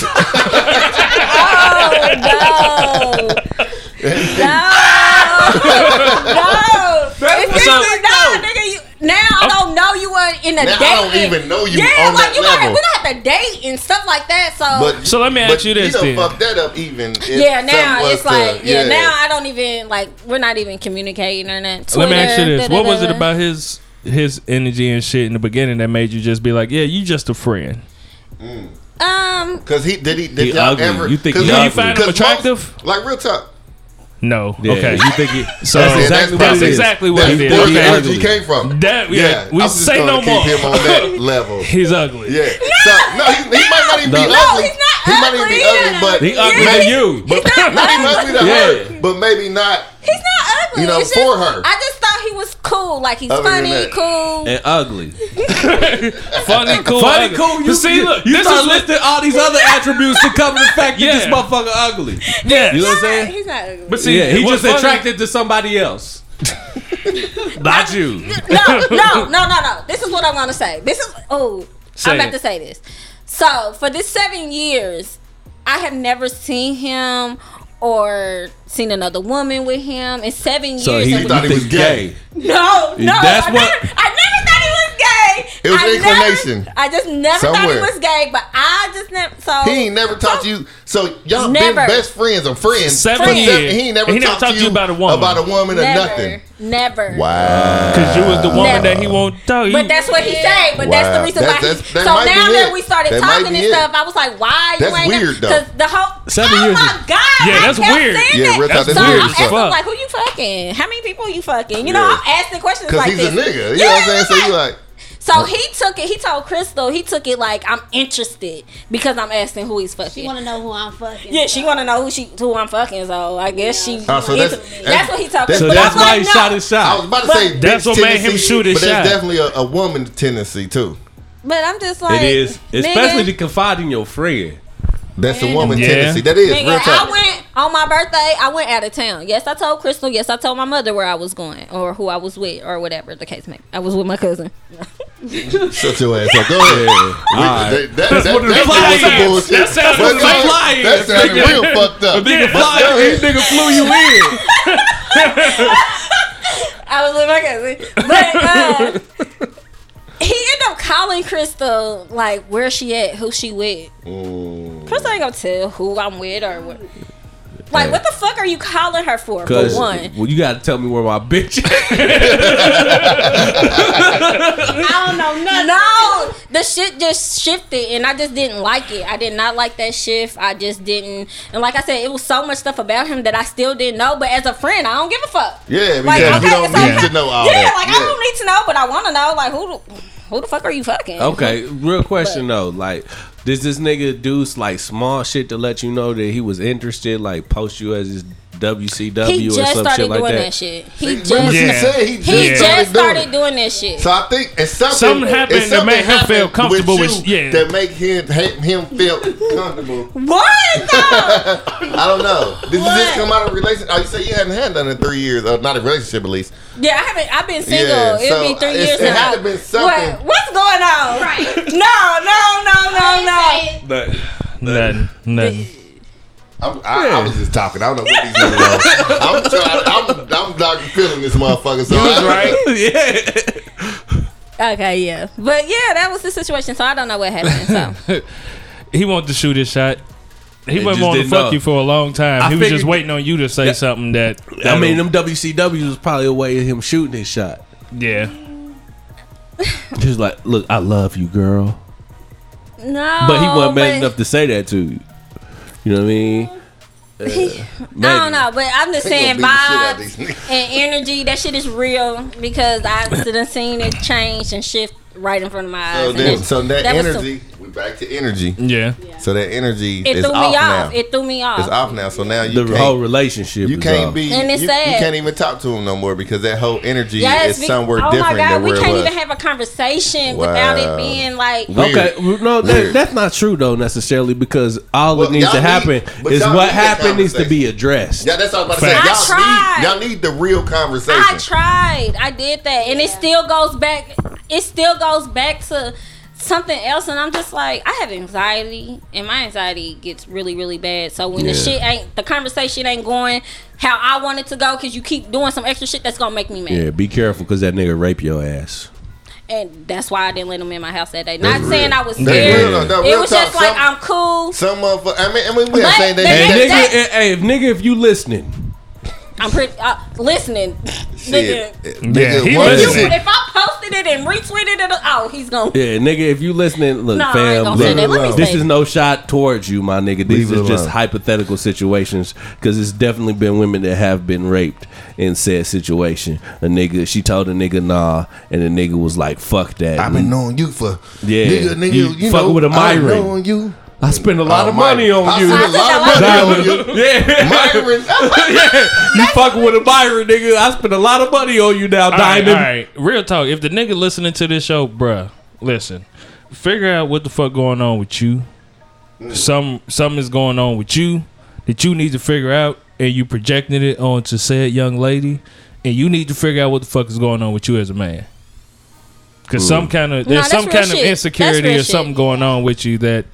Oh no, no, no. If
So-
you didn't know, nigga, you, now I don't know you were in a
Now I
dating.
don't even know you
Yeah,
on
like
that
you
level.
Gotta, we don't have to date and stuff like that. So
but
So let me
but
ask you this
You
then.
done fucked that up even. if
yeah,
something
now
was
it's
to-
like yeah, now I don't even like we're not even communicating or nothing.
Let me ask you
Twitter,
this: What was it
da-da-da.
about his his energy and shit in the beginning that made you just be like, "Yeah, you just a friend"?
Um,
Cause he did he did
He
y'all
ugly.
ever?
You think
'cause
he
look,
ugly. You find
him
'cause most-
attractive?
like real talk.
No.
Yeah,
okay.
you think it?
so
Oh,
That's,
that's,
it, that's
exactly,
probably it.
what it
That's
is.
where
Okay.
the
ugly.
energy came from.
That- yeah, we
I'm just
say
gonna
no
keep
more.
him on that level.
He's ugly.
Yeah. So no, he, he might not even be
No. No,
ugly.
he's not
he might even be
ugly.
ugly, but
He ugly
maybe-
to you.
But no, he might be the
Yeah.
her, but maybe not.
he's not ugly.
You know,
It's
for
just-
her.
I just thought he was cool. Like he's
Other than
funny,
that.
cool.
And ugly.
Funny, cool,
Funny,
ugly.
cool.
But
You
see,
you,
look,
you
this
start
is what-
listing all these other attributes to cover the fact that
Yeah.
this motherfucker ugly.
yeah.
You know what I'm
Nah,
saying?
he's not ugly.
But see,
yeah, he just
what's funny-
attracted to somebody else. Not you.
no, no, no, no, no. This is what I'm gonna say. This is oh,
Say
I'm about
it.
to say this. So for this seven years, I have never seen him or seen another woman with him in seven years.
he
of-
thought he was gay.
no, no.
That's
I,
what-
never, I never thought he was gay.
It was
I
inclination.
Never, I just never thought
Somewhere.
he was gay, but I just never. So
He ain't never taught you. So y'all been
Never.
best friends or friends
Seven
for
years.
He ain't never
He never
talked to you about a woman, about a woman or
never,
nothing.
never.
Wow.
Cause you was the woman
Never.
that he won't tell you.
But that's what he said. But that's the
Wow.
reason
That-
why. He,
that's- that
so
might be
now that
it.
we started
That might
talking and
be it.
stuff, I was like, why
That's
you ain't?
weird, though.
Because the whole
Seven
oh
years
my
is-
god!
Yeah,
I
that's
kept
weird.
saying
Yeah,
that.
real talk, that's
so
weird
I'm
as fuck.
asking like, who you fucking? How many people you fucking? You know,
Yeah.
I'm asking questions
Cause
like
he's
this.
a nigga. You know what I'm saying? So you like.
So he took it. He told Crystal. He took it like I'm interested because I'm asking who he's fucking.
She want to know who I'm fucking.
yeah, she want to know who she who I'm fucking. So I guess she.
Oh, so that's-
that's, what he told.
that's-
So
Crystal.
that's
I'm
why he
like, no.
shot his
I was
shot.
about to
But-
say
That's
bitch
what made him
tendency,
shoot his
but
shot.
That's definitely a, a woman tendency too.
But I'm just like
It is, especially
nigga.
to confide in your friend.
That's a woman
Yeah.
tendency. That is real
Nigga, I
talk.
went on my birthday. I went out of town. Yes, I told Crystal. Yes, I told my mother where I was going or who I was with or whatever the case may. I was with my cousin.
Shut your ass up. Go ahead. We-
right.
that, that, that,
what it
that,
implies.
was some bullshit.
That sounds
But
like
that-
implies.
That sounded real fucked up.
Nigga fly, this nigga flew you in.
I was with my cousin, but uh, he ended up calling Crystal like where she at, who she with. Crystal ain't gonna tell who I'm with or what. Like, what the fuck are you calling her for? For
Cause
one,
well, you gotta tell me where my bitch. Is.
I don't know nothing.
No, the shit just shifted, and I just didn't like it. I did not like that shift. I just didn't, and like I said, it was so much stuff about him that I still didn't know. But as a friend, I don't give a fuck.
Yeah,
Like,
because
okay,
you don't
so
need
how-
to know all
yeah,
that.
like I don't need to know, but I want to know. Like who, the- who the fuck are you fucking?
Okay, real question though. Like, does this nigga do like small shit to let you know that he was interested? Like, post you as his WCW
He
or
just
some
started
shit like
doing that.
that.
shit. He
But
just
she
Yeah.
said he just
he
Yeah.
just started
doing it.
doing that shit.
So I think it's something,
Something happened
it's
to make him
happened
feel comfortable
with,
with-
you
yeah.
that make him ha- him feel comfortable.
What? though?
I don't know. Did you
What?
just come out of a relationship? Oh, you say you hadn't had none in three years, or not a relationship at least.
yeah, I haven't. I've been single.
Yeah,
It'll
so
be three
it's-
years
it had
now.
to been something.
What? What's going on?
Right.
No, no, no, no, no.
But
Nothing. Nothing.
I'm, I, I was just talking. I don't know what these niggas are. I'm trying. I'm, I'm Dr. feeling this motherfucker. So I,
yeah.
Okay, yeah, but yeah, that was the situation. So I don't know what happened. So
he wanted to shoot his shot. He
They
wasn't
just
going to
didn't
fuck
know.
you for a long time.
I
he was just
figured-
waiting on you to say
Yeah.
something that.
I mean,
that'll-
them WCWs was probably a way of him shooting his shot.
yeah.
Just like, look, I love you, girl.
no,
Oh, But he wasn't
but-
man enough to say that to you. You know what I mean? Uh,
I don't know, but I'm just
They
saying
gonna beat the shit out of these
vibes
niggas.
and energy. That shit is real because I've done seen it change and shift right in front of my eyes.
so,
and
then,
it-
so that,
was
energy. we back to energy.
Yeah.
So that energy
it
is
threw me
off
off.
now.
It threw me off.
it's off now. So now you
The
can't,
whole relationship.
you
is
can't
off.
be.
And it's
you, you
sad.
can't even talk to him no more because that whole energy
Yes,
is
be-
somewhere
oh
different
my God,
than where
we
it
can't
was.
even have a conversation without
Wow.
it being like.
Weird.
Okay, well, no,
Weird.
that, that's not true though necessarily because all
Well,
that needs
y'all
to
need-
happen
but
is
y'all need
what
that
happened needs to be
conversation.
addressed.
Yeah, that's all I was about
Facts.
to
I tried.
say. Y'all need, y'all need the real conversation.
I tried. I did that, and it still goes back. It still goes back to something else, and I'm just like, I have anxiety, and my anxiety gets really, really bad. So when the
Yeah.
shit ain't, the conversation ain't going how I want it to go, because you keep doing some extra shit that's gonna make me mad,
Yeah, be careful because that nigga rape your ass.
and that's why I didn't let him in my house that day. Not
real.
saying I was
That's
scared.
real, though. No,
It
real
was
talk.
just like
Some-
I'm cool.
Some motherfucker. I mean, I mean, we ain't
But
saying
the
they
Hey,
Yeah,
nigga,
did
that-
eh, hey, if nigga, if you listening,
I'm pretty uh, listening.
shit.
Nigga.
Yeah,
Nigga,
he
once
listening.
shit-
If I posted it and retweeted it, oh, he's gonna.
yeah, nigga, if you listening, look,
No, I ain't
fam,
gonna say
look,
that. Let me
this
say
is
it.
no shot towards you, my nigga. These
Leave it
is just
alone.
hypothetical situations because it's definitely been women that have been raped in said situation. A nigga, she told a nigga nah, and the nigga was like, fuck that.
I've been knowing you for
Yeah.
nigga, nigga,
You
you,
fucking
know,
with a
I've
Myron.
known you.
I spent a lot
Oh,
of money
Myron.
on
I
you.
spent a lot of money on you.
Yeah.
Myron,
yeah, you fucking with a Byron, nigga. I spent a lot of money on you
All
now,
right,
Diamond.
all right. Real talk. If the nigga listening to this show, bruh, listen. Figure out what the fuck going on with you. Some something is going on with you that you need to figure out, and you projecting it onto said young lady, and you need to figure out what the fuck is going on with you as a man. Cause some kind of there's
that's
some
real
kind of
shit. That's
insecurity
real
or something
shit.
going on with you that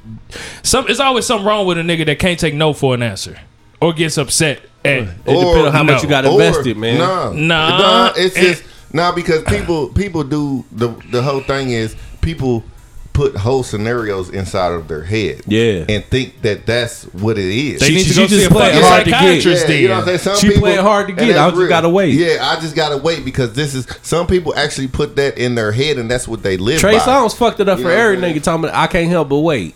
some it's always something wrong with a nigga that can't take no for an answer or gets upset at
It depends on how
no.
much you got
Or-
invested, man.
Nah,
Nah.
nah it's
It-
just nah because people people do the the whole thing is people put whole scenarios inside of their head,
Yeah.
and think that that's what it is.
They
She-
need to
she
go
just
see a
played
fucking
hard to get.
psychiatrist.
Yeah, you know
then.
what I'm saying? Some
She
people,
playing hard to
and
get.
that's
I just
real.
gotta wait.
Yeah, I just gotta wait because this is some people actually put that in their head and that's what they live
Trey
by.
Songz fucked it up
You
for
know what
every
I'm saying?
nigga talking about I can't help but wait.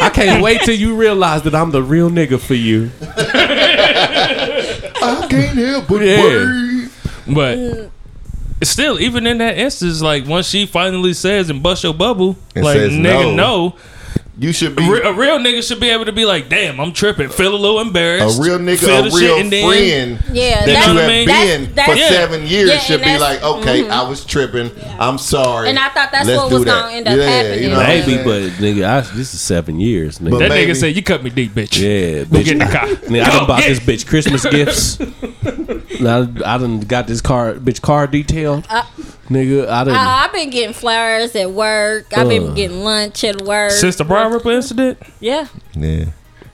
I can't wait till you realize that I'm the real nigga for you.
I can't help but
Yeah.
worry.
But
Mm.
still, even in that instance, like once she finally says and bust your bubble,
And
like
says
nigga,
no.
no.
You should be
A re- a real nigga should be able to be like, damn, I'm tripping, feel a little
a
embarrassed,
real nigga,
feel
a
the
real
shit, and then-
friend
Yeah,
that
that's- know
you
what
have
I mean?
been
That's-
for
yeah.
seven years
Yeah, and
should be
that's- mm-hmm.
like, okay, I was tripping. I'm sorry.
And I thought that's
Let's
what
do
was
that.
gonna end up happening.
You know what I'm
Maybe,
saying?
but nigga, I, this is seven years, nigga.
That
Maybe.
nigga said, you cut me deep, bitch.
yeah,
Go get in the
bitch.
car.
Nigga, I
Go
done bought
get
this
it.
bitch Christmas gifts. Now, I, done got this car, bitch, car detailed. nigga, I done.
Uh, I've been getting flowers at work. I've
Uh.
been getting lunch at work.
Since the Brian Ripper incident,
yeah.
Yeah.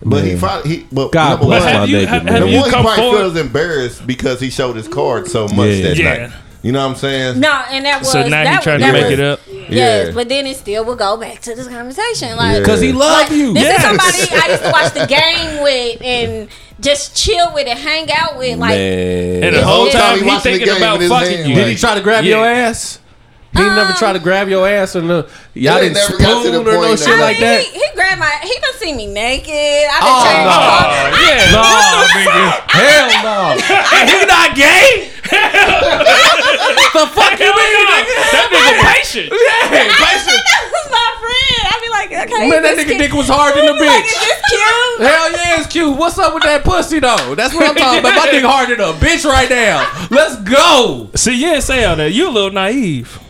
But he
Man.
probably he but
God
number
bless
but
one,
my
have you
nigga,
have,
man.
have
number
you
one, he
come
probably
forward?
feels embarrassed because he showed his card so much
Yeah.
that
Yeah.
night. You know what I'm saying?
No, and that was
So now
that
he trying
that
to make
was-
it up.
Yeah.
Yes, but then it still will go back to this conversation. Like,
Yeah.
Cause he
like,
love you.
This
Yes.
is somebody I used to watch the game with and just chill with and hang out with. Like,
Man.
And the
Yeah.
whole
Whole time
time he
he watching the
thinking
game
about
with his
fucking
hand.
you.
Did
Did he try to grab
Yeah.
your ass? He
Um,
never tried to grab your ass or no. Y'all
They
didn't
never got to the
spoon or no
point
shit
that-
I
like
mean,
that.
He, he grabbed my. He done see me naked. I done
Oh,
changed.
no.
my-
Oh, yeah, no,
Hell no.
nigga, not gay. the fuck you mean, nigga? That nigga patient.
I didn't think that was my friend. I be like, okay,
Man, that
this
nigga
kid-
dick was hard in the
Like,
bitch.
is this cute? cute.
Hell yeah, it's cute. What's up with that pussy though? That's what I'm talking about. My dick hard than a bitch right now. Let's go.
See, you didn't say all that. You a little naive.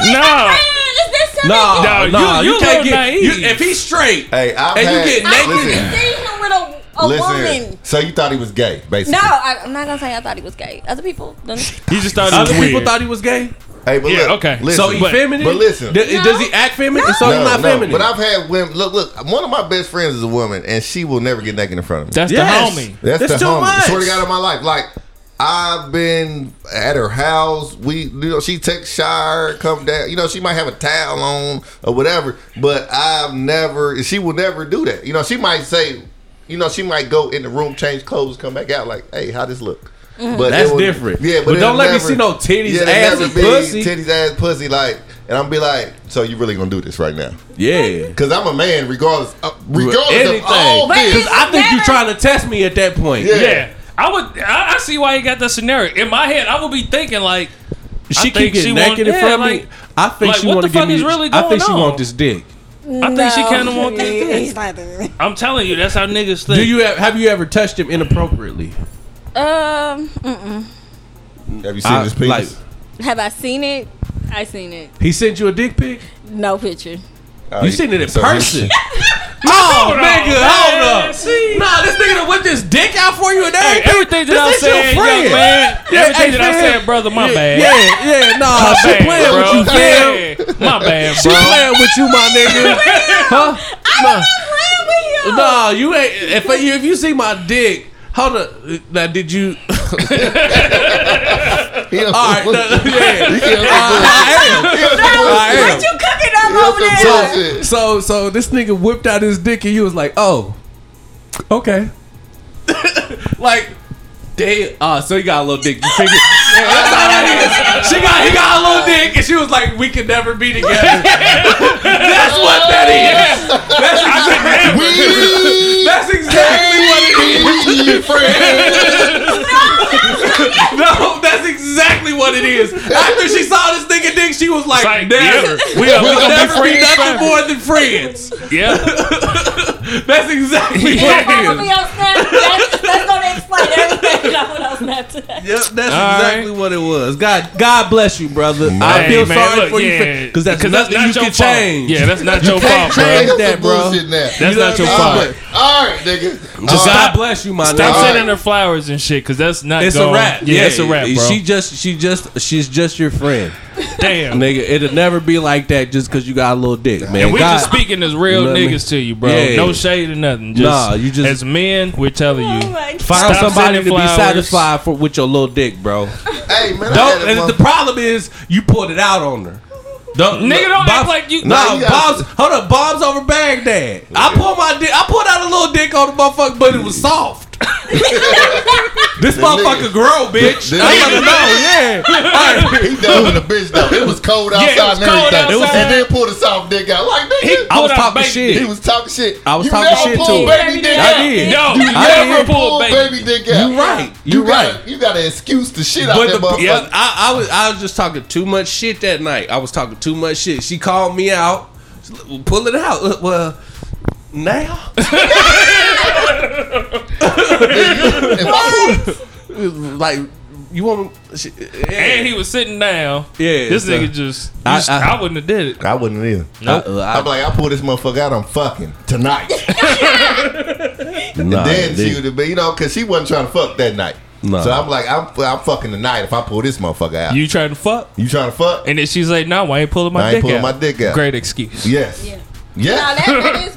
No, it's like
No.
no. It's this silly.
Nah,
Nah, you-
nah, you,
you little
can't get. You,
naive.
if he's straight,
Hey, I've
and
had-
you get
I
naked.
Listen.
haven't seen him with a, a
Listen,
woman.
so you thought he was gay, basically.
No, I, I'm not gonna say I thought he was gay. Other people, done-
You just thought it was
Other people
weird.
thought he was gay.
Hey, but
Yeah,
look,
okay.
Listen,
so he
but-
feminine.
but listen.
Th-
No.
does he act feminine?
No.
So he's not feminine.
But I've had women. Look, look. One of my best friends is a woman, and she will never get naked in front of me.
That's
Yes.
the homie.
That's,
That's
the
too
homie.
much.
Swear to God in my life, like I've been at her house. We, you know, she takes shower, come down. You know, she might have a towel on or whatever, but I've never. She will never do that. You know, she might say, you know, she might go in the room, change clothes, come back out, like, hey, how this look? But
That's
it would-
different.
Yeah, but,
But don't
it'll
let me see no titties,
it'll
ass,
never
and
be
pussy.
Titties, ass, pussy. Like, and I'm be like, so you really gonna do this right now?
yeah.
Because I'm a man, regardless, uh, regardless
Anything. Oh,
of all
But
this.
Because I think you're trying to test me at that point.
Yeah.
Yeah. I would. I, I see why he got that scenario. In my head, I would be thinking like,
She
I think
keep getting
she
naked
want-
in front of
yeah,
me.
like-
I think
like,
she
what
want
the
to give
fuck
me.
is really
I think
going
she
on?
want this dick.
I think she kind of want that.
He's not the-
I'm telling you, that's how niggas think.
Do you have, have you ever touched him inappropriately?
Um, mm-mm.
Have you seen
I-
this piece?
like-
have I seen it? I seen it.
He sent you a dick pic.
No picture.
Oh,
You
he-
seen it in
so he-
person. oh,
on,
nigga,
man.
hold up.
See?
Nah, this nigga done whipped this dick out for you and
Hey,
everything.
everything that
This
I
ain't your
said,
friend.
young man.
Yeah,
everything
hey,
that I
fam.
said, brother, my bad.
Yeah, yeah, nah, she
Bad,
playing
bro.
with you, fam.
Yeah, My bad,
She
bro.
playing with you, my nigga. huh? Nah.
Playing with you.
Nah, you ain't. If you if you see my dick, hold up. Now, did you?
He don't-
All right, no, no, yeah.
He don't-
Uh, I
he don't-
I
What you cooking up
he don't
over there?
some tough
am.
shit.
So so this nigga whipped out his dick and you was like, oh, okay. like, damn. Ah, so he got a little dick. You figure. Yeah, that's all that is. She got he got a little dick and she was like, we could never be together. that's what that is. That's exactly.
We-
That's exactly what it is.
we friends.
No, that's exactly what it is. After she saw this nigga dick, she was like,
Like,
never.
yeah, we are- we
We'll
gonna be
never be,
friends
nothing
forever."
more than friends.
Yeah.
That's exactly
I'm
what
gonna
it
be
is.
on Snapchat. That's gonna explain everything that I went on Snapchat.
Yep, that's
All
exactly what it was. God, God bless you, brother. I
Hey,
feel
man,
sorry
look,
for you
yeah.
because that's nothing
not
you
your
can
fault.
change.
Yeah, that's not your
can't
fault, bro.
change that,
That's that,
bro.
bullshit now.
That's
know
not your
what I'm
all
fault.
right, all right, nigga.
Just
All right.
Oh, God bless you, my
Stop
nigga.
sending her flowers and shit, cause that's not.
It's a
going-
wrap.
Yeah, it's a wrap, bro.
She just, she just, she's just your friend,
Damn.
nigga. It'll never be like that just because you got a little dick, man.
And we
God-
just speaking as real
You know what I mean?
niggas to you, bro.
Yeah.
No shade or nothing. Just,
Nah, you just-
as men, we're telling you.
Oh my God.
Stop
Find somebody
sending
to be
flowers.
satisfied for with your little dick, bro.
Hey man,
Don't.
I had a
And the
month-
problem is you pulled it out on her. Don't,
Nigga, don't act like you-
Nah,
Nah, you
bombs.
gotta-
Hold up, bombs over Baghdad. I pulled my dick. I pulled out a little dick on the motherfucker, but it was soft. this motherfucker
nigga-
grow, bitch.
the
I
nigga-
wanna know. Yeah. All right.
he done with a bitch though. It was cold outside
it was
and everything.
cold
It was-
outside.
and then pulled a soft dick out. Like
I
nigga,
pulled
was
out
talking
baby
shit.
he was talking shit.
I was
You
talking
never
shit to
pull
him.
baby dick
I
out.
did.
No,
You
you
I
never
did.
pulled
pull
baby.
baby dick out.
You right. You
gotta-
right.
You got to excuse the shit out
But
that
the,
motherfucker.
yeah, I, I was I was just talking too much shit that night. I was talking too much shit. She called me out, pull it out. Uh, Well, now
If I-
like you want me? She,
And he was sitting down.
Yeah,
This
so-
nigga just.
I-
just-
I- Uh-uh.
I, wouldn't have did it.
I wouldn't either.
Nope. I- Uh, I-
I'm like, I pull this motherfucker out. I'm fucking tonight.
nah,
then she would have been, you know, because she wasn't trying to fuck that night.
Nah.
So I'm like, I'm, I'm fucking tonight if I pull this motherfucker out. You,
You trying to fuck?
trying to fuck?
And then she's like, "No, I ain't pulling my
I ain't
dick
pulling
out."
my dick out.
Great excuse.
yes. Yeah.
Now that, that is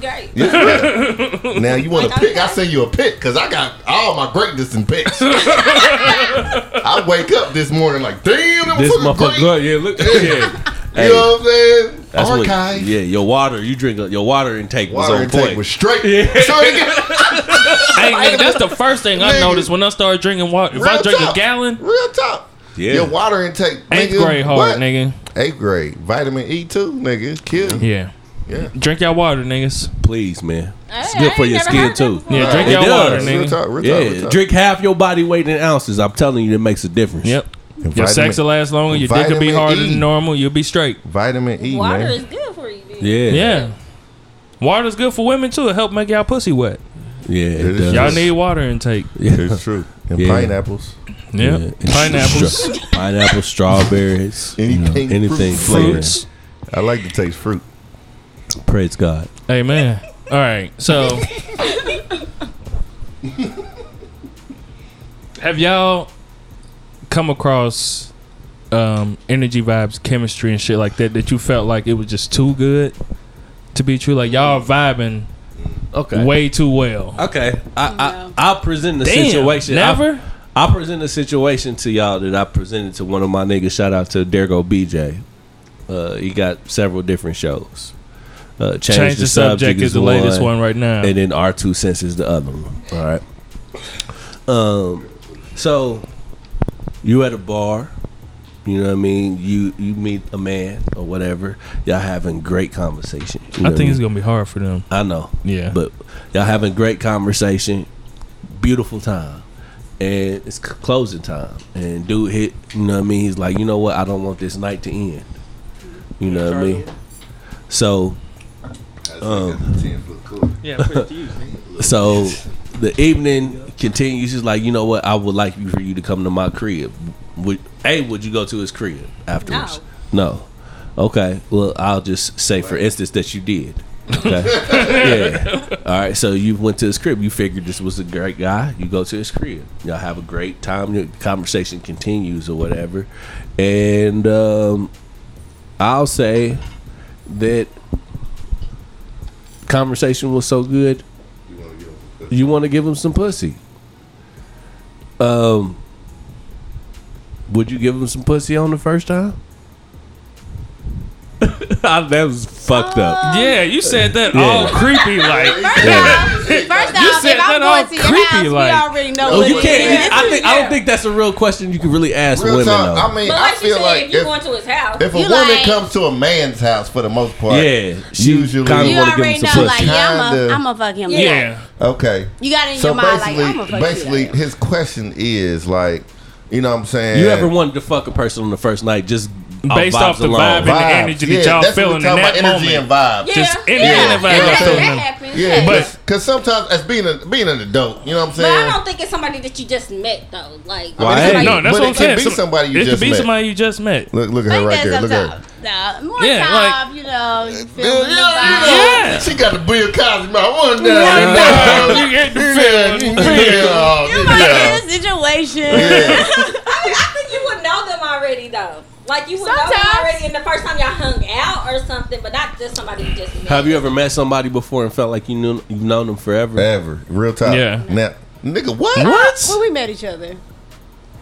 great.
now you want a
Like,
pick? I
okay.
send you a pick because I got all my greatness in picks. I wake up this morning like, damn, that
this
was
motherfucker.
fucking
good.
great.
Yeah, look. Yeah, Hey,
You know what I'm saying?
that's what-
Archive.
yeah, your water. You drink your water intake was
Water
on
intake
point.
was straight.
Yeah.
Straight again.
Hey, nigga, that's the first thing I
Nigga.
noticed when I started drinking water. If I
Real
drink a
talk.
gallon,
Real top.
Yeah.
Your water intake.
eighth
nigga,
grade hard,
what?
nigga.
Eighth grade. Vitamin E too, nigga. Kill. you.
Yeah.
Yeah.
Drink your water, niggas.
Please, man, it's
I-
good
I
for
ain't
your
never
skin
heard that
too.
before.
Yeah,
Right.
drink
It
your water,
does.
Real
nigga.
talk. Real
Yeah,
talk. Real talk.
drink half your body weight in ounces. I'm telling you, that makes a difference.
Yep. Your
Vitamin-
sex will last longer. Your dick will be
vitamin
harder
E.
than normal. You'll be straight.
Vitamin E,
Water
man.
is good for you. Dude.
Yeah.
Yeah. Water's good for women too. It help make y'all pussy wet.
Yeah, it
It is
does.
true.
Y'all need water intake.
It's true. And
Yeah.
pineapples.
Yeah.
Yeah.
Pineapples,
Stra- pineapple, strawberries, you know,
Anything
anything
fruit
flavored.
fruits.
I like to taste fruit.
Praise God.
Hey man. All right. So have y'all come across um, energy vibes, chemistry and shit like that that you felt like it was just too good to be true? Like y'all vibing
Okay.
way too well.
Okay. I, I I'll present the
Damn,
situation. I'll-
Never?
I present a situation to y'all that I presented to one of my niggas. Shout out to Dergo BJ. Uh, he got several different shows. Uh, change,
Change the, subject is the latest one, right now.
and then R two cents is the other one. All right. Um, so you at a bar, you know what I mean. You you meet a man or whatever. Y'all having great conversation. you know
I
what
think it's
mean?
gonna be hard for them.
I know.
Yeah.
But y'all having great conversation, beautiful time, and it's c- closing time. And dude hit, you know what I mean? He's like, you know what? I don't want this night to end. You know what I mean? So, Um, so the evening continues. He's like, you know what? I would like you for you to come to my crib. Would a would you go to his crib afterwards? No. Okay. Well, I'll just say, for instance, that you did. Okay. yeah. All right. So you went to his crib. You figured this was a great guy. You go to his crib. Y'all have a great time. Your conversation continues or whatever. And um, I'll say that conversation was so good. You want to give him some pussy. Um, would you give him some pussy on the first time? that was fucked up.
Yeah, you said that all creepy like
First
You
off,
said
if
that
I'm
all
going to your
creepy,
house,
like-
we already know
Oh,
what
you
it
can't.
is.
I think I don't think that's a real question you can really ask
Real
women
talk.
though.
I mean,
But
I
like she
feel
said,
like
if you
if,
going to his house,
if a
You
woman
like-
comes to a man's house for the most part,
yeah, she
usually-
kind of
You
You
want to give him
already
some
know,
pussy.
like, yeah, I'm
Kinda.
a, I'm a fuck him.
Yeah.
Yeah.
okay.
You got it in
So
your mind, like,
basically,
I'm a fuck
basically,
you.
his question is like, you know what I'm saying?
You ever wanted to fuck a person on the first night just
Based
vibes
off the
alone?
vibe and- the energy that y'all
that's what
feeling
we
in
talking
that
about, energy
moment.
and vibe.
Yeah.
just any
yeah.
kind of vibe
Yeah.
y'all
Yeah.
feeling.
That happens.
Yeah,
But-
but because sometimes as being a, being an adult, you know what I'm
But I
saying.
don't think it's somebody that you just met though. Like,
Well,
it's
hey,
like-
No, that's
But
what
it
I'm
could
saying.
be
Some-
somebody you
it could
just
be
met.
somebody you just met.
Look, look at her right there. Look at her.
at no, more
Yeah,
time, you know, you feeling the
Yeah,
vibe.
you know,
Yeah.
she got the Bill Cosby. I want
Right
that.
now, you get the
Yeah,
feeling.
yeah,
You might
yeah.
get a situation.
Yeah.
I, mean, I think you would know them already though. Like you would know them
Sometimes.
already in the first time y'all hung out or something, but not just somebody you just met.
Have you ever met somebody before and felt like you knew you've known them forever?
Ever real talk?
Yeah.
Now, nigga, what?
When
What?
we met each other.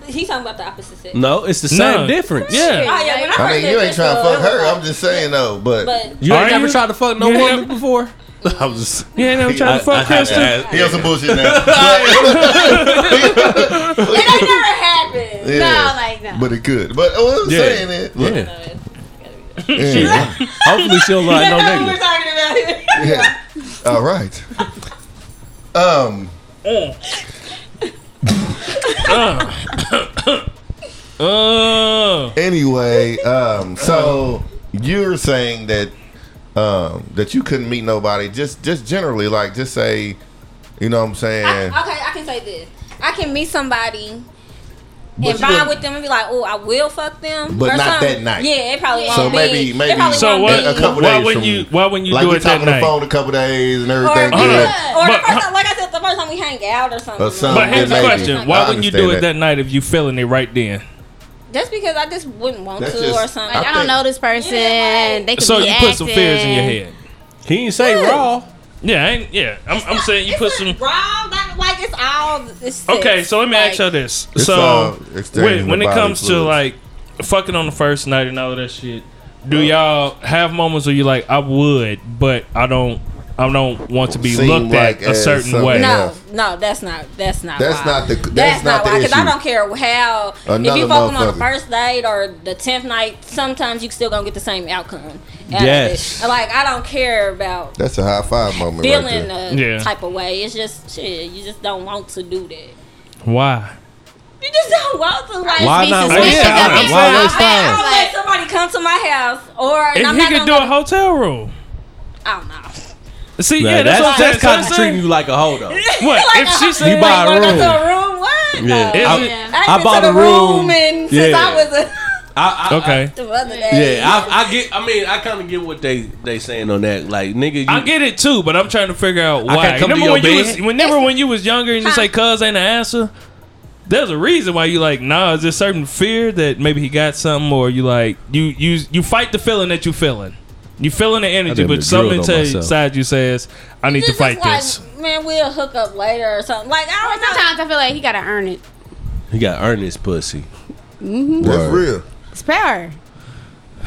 He's talking about the opposite sex.
No, it's the
No.
same difference.
Yeah.
Oh yeah, when I,
I mean,
first
you
met
ain't trying to
Crystal,
fuck
it was
her.
like-
I'm just saying though. But
But
You
Are
ain't never
you?
tried to fuck no
Yeah.
woman before? I was just
You ain't never trying to fuck Kristen.
he on some bullshit now.
it ain't never happened.
Yeah.
No, like, no.
But it could. But what I'm
Yeah.
saying is, look,
Yeah.
yeah.
Hopefully she don't like no
That's what we're talking
nigga.
about here.
Yeah. All right. Um.
Uh,
Oh.
Anyway, um. So you're saying that, um, that you couldn't meet nobody. Just, just generally, like, just say, you know what I'm
I,
saying.
okay, I can say this. I can meet somebody
But
and
you
vibe
would-
with them and be like, oh, I will fuck them.
But
or
not
something.
that night.
Yeah, it probably
So
won't
maybe-
be.
maybe-
It probably
So
won't
what?
A
be.
couple
why
days
wouldn't
from-
you? Why wouldn't you
like
do
we
it that
talking on the
night?
phone a couple days and
Or, uh,
everything.
Hold on.
good.
yeah. or
But-
the first time, like I said, the first time we hang out or something.
Or something,
But here's the
uh, Maybe.
question:
I
Why wouldn't you do it
understand
that night if you feeling it right then?
Just because I just wouldn't want
That's
to
just-
or something.
I
Like, I, don't
think-
know this person.
Yeah, like-
they could
So
be
you put some fears in your
acting.
head.
He ain't say raw.
Yeah, I ain't, yeah. I'm, I'm saying you
It's
put
not
some.
raw, not like it's all. It's sex.
Okay, so let me
like,
ask y'all this.
It's all
so
exchanging
when, when
the
it
body
comes to
fluids.
like fucking on the first night and all of that shit, do y'all have moments where you like I would, but I don't. I don't want to be
Seem
looked
like
at a
as
certain
something
way.
No, no, that's not. That's not.
That's
why.
not the- that's not the
why, I
issue.
don't care how. if
Another
you fuck them on the
motherfucker.
first date or the tenth night, sometimes you still gonna get the same outcome. out of it.
Yes.
Like I don't care about
That's a high five moment right
feeling
there.
a
Yeah.
type of way. It's just shit. You just don't want to do that.
Why?
You just don't want to like.
Why
be
not?
suspicious
Yeah, I'm-
of
I'm
it.
saying-
Why waste
I
time?
don't let somebody come to my house, or and
If
I'm
he
not
could
gonna.
do a
Let,
hotel room,
I don't know.
See,
Like,
yeah, that's, what I'm saying.
that's, kind of
So I'm
treating you like a holder.
saying, What
Like,
if she
You
said
buy a
Like,
room.
walk out to a room. What?
Yeah.
No.
I-
I,
I
been
bought
to
a
the room,
room.
and since
Yeah.
I was a,
I, I,
okay,
the other day.
Yeah, I, I get. I mean, I kind of get what they they saying on that. Like, nigga, you,
I get it too, but I'm trying to figure out
I
why.
can't come to
remember
your
when you
bed.
was, whenever when you was younger and you say "cuz" ain't an answer. There's a reason why you like nah. Is there certain fear that maybe he got something, or you like you you you fight the feeling that you feeling. You feeling the energy,
done been
but something
drilled on myself.
inside you says, "I need to
Just
fight
like,
this."
man, we'll hook up later or something. Like, I don't know.
Sometimes I feel like he gotta earn it.
you got earnest pussy.
That's real.
It's power.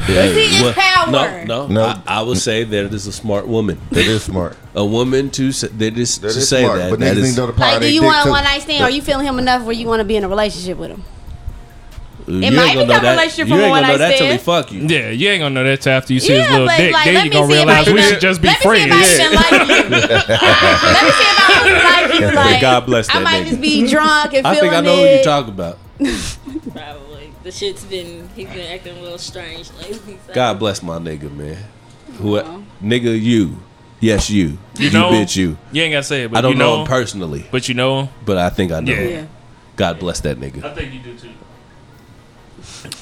Hey,
it's
what-
power.
No, no.
No.
I, I would say that is a smart woman.
That is smart.
A woman to s- that is
That
to
is
say
smart.
that.
but
that
niggas
is,
need to know the power
Like,
of
do
they
you
dick,
want
too.
a one night stand? Or you feeling him enough where you want to be in a relationship with him?
you
might become a relationship
You ain't
from a
gonna know
one-night
that till he
stand.
fuck you.
Yeah, you ain't gonna know that till after you see his little
but
dick.
like,
then
let
you
me
gonna
see if
realize
I
we
even-
should just be
let
friends.
Me see if I even like you. let me see if I even like you. Like,
God bless that
I might
nigga.
just be drunk and
I
feeling
think I know
it.
who you talking about.
Probably. The shit's been, he's been acting a little strange lately. so.
God bless my nigga, man. Who nigga you? Yes, you. You,
Oh. know him?
bitch you.
You ain't gotta say it, but
I don't
you
know
know,
him personally,
but you know him.
but I think I know.
Yeah.
him.
Yeah.
God bless that nigga.
I think you do too.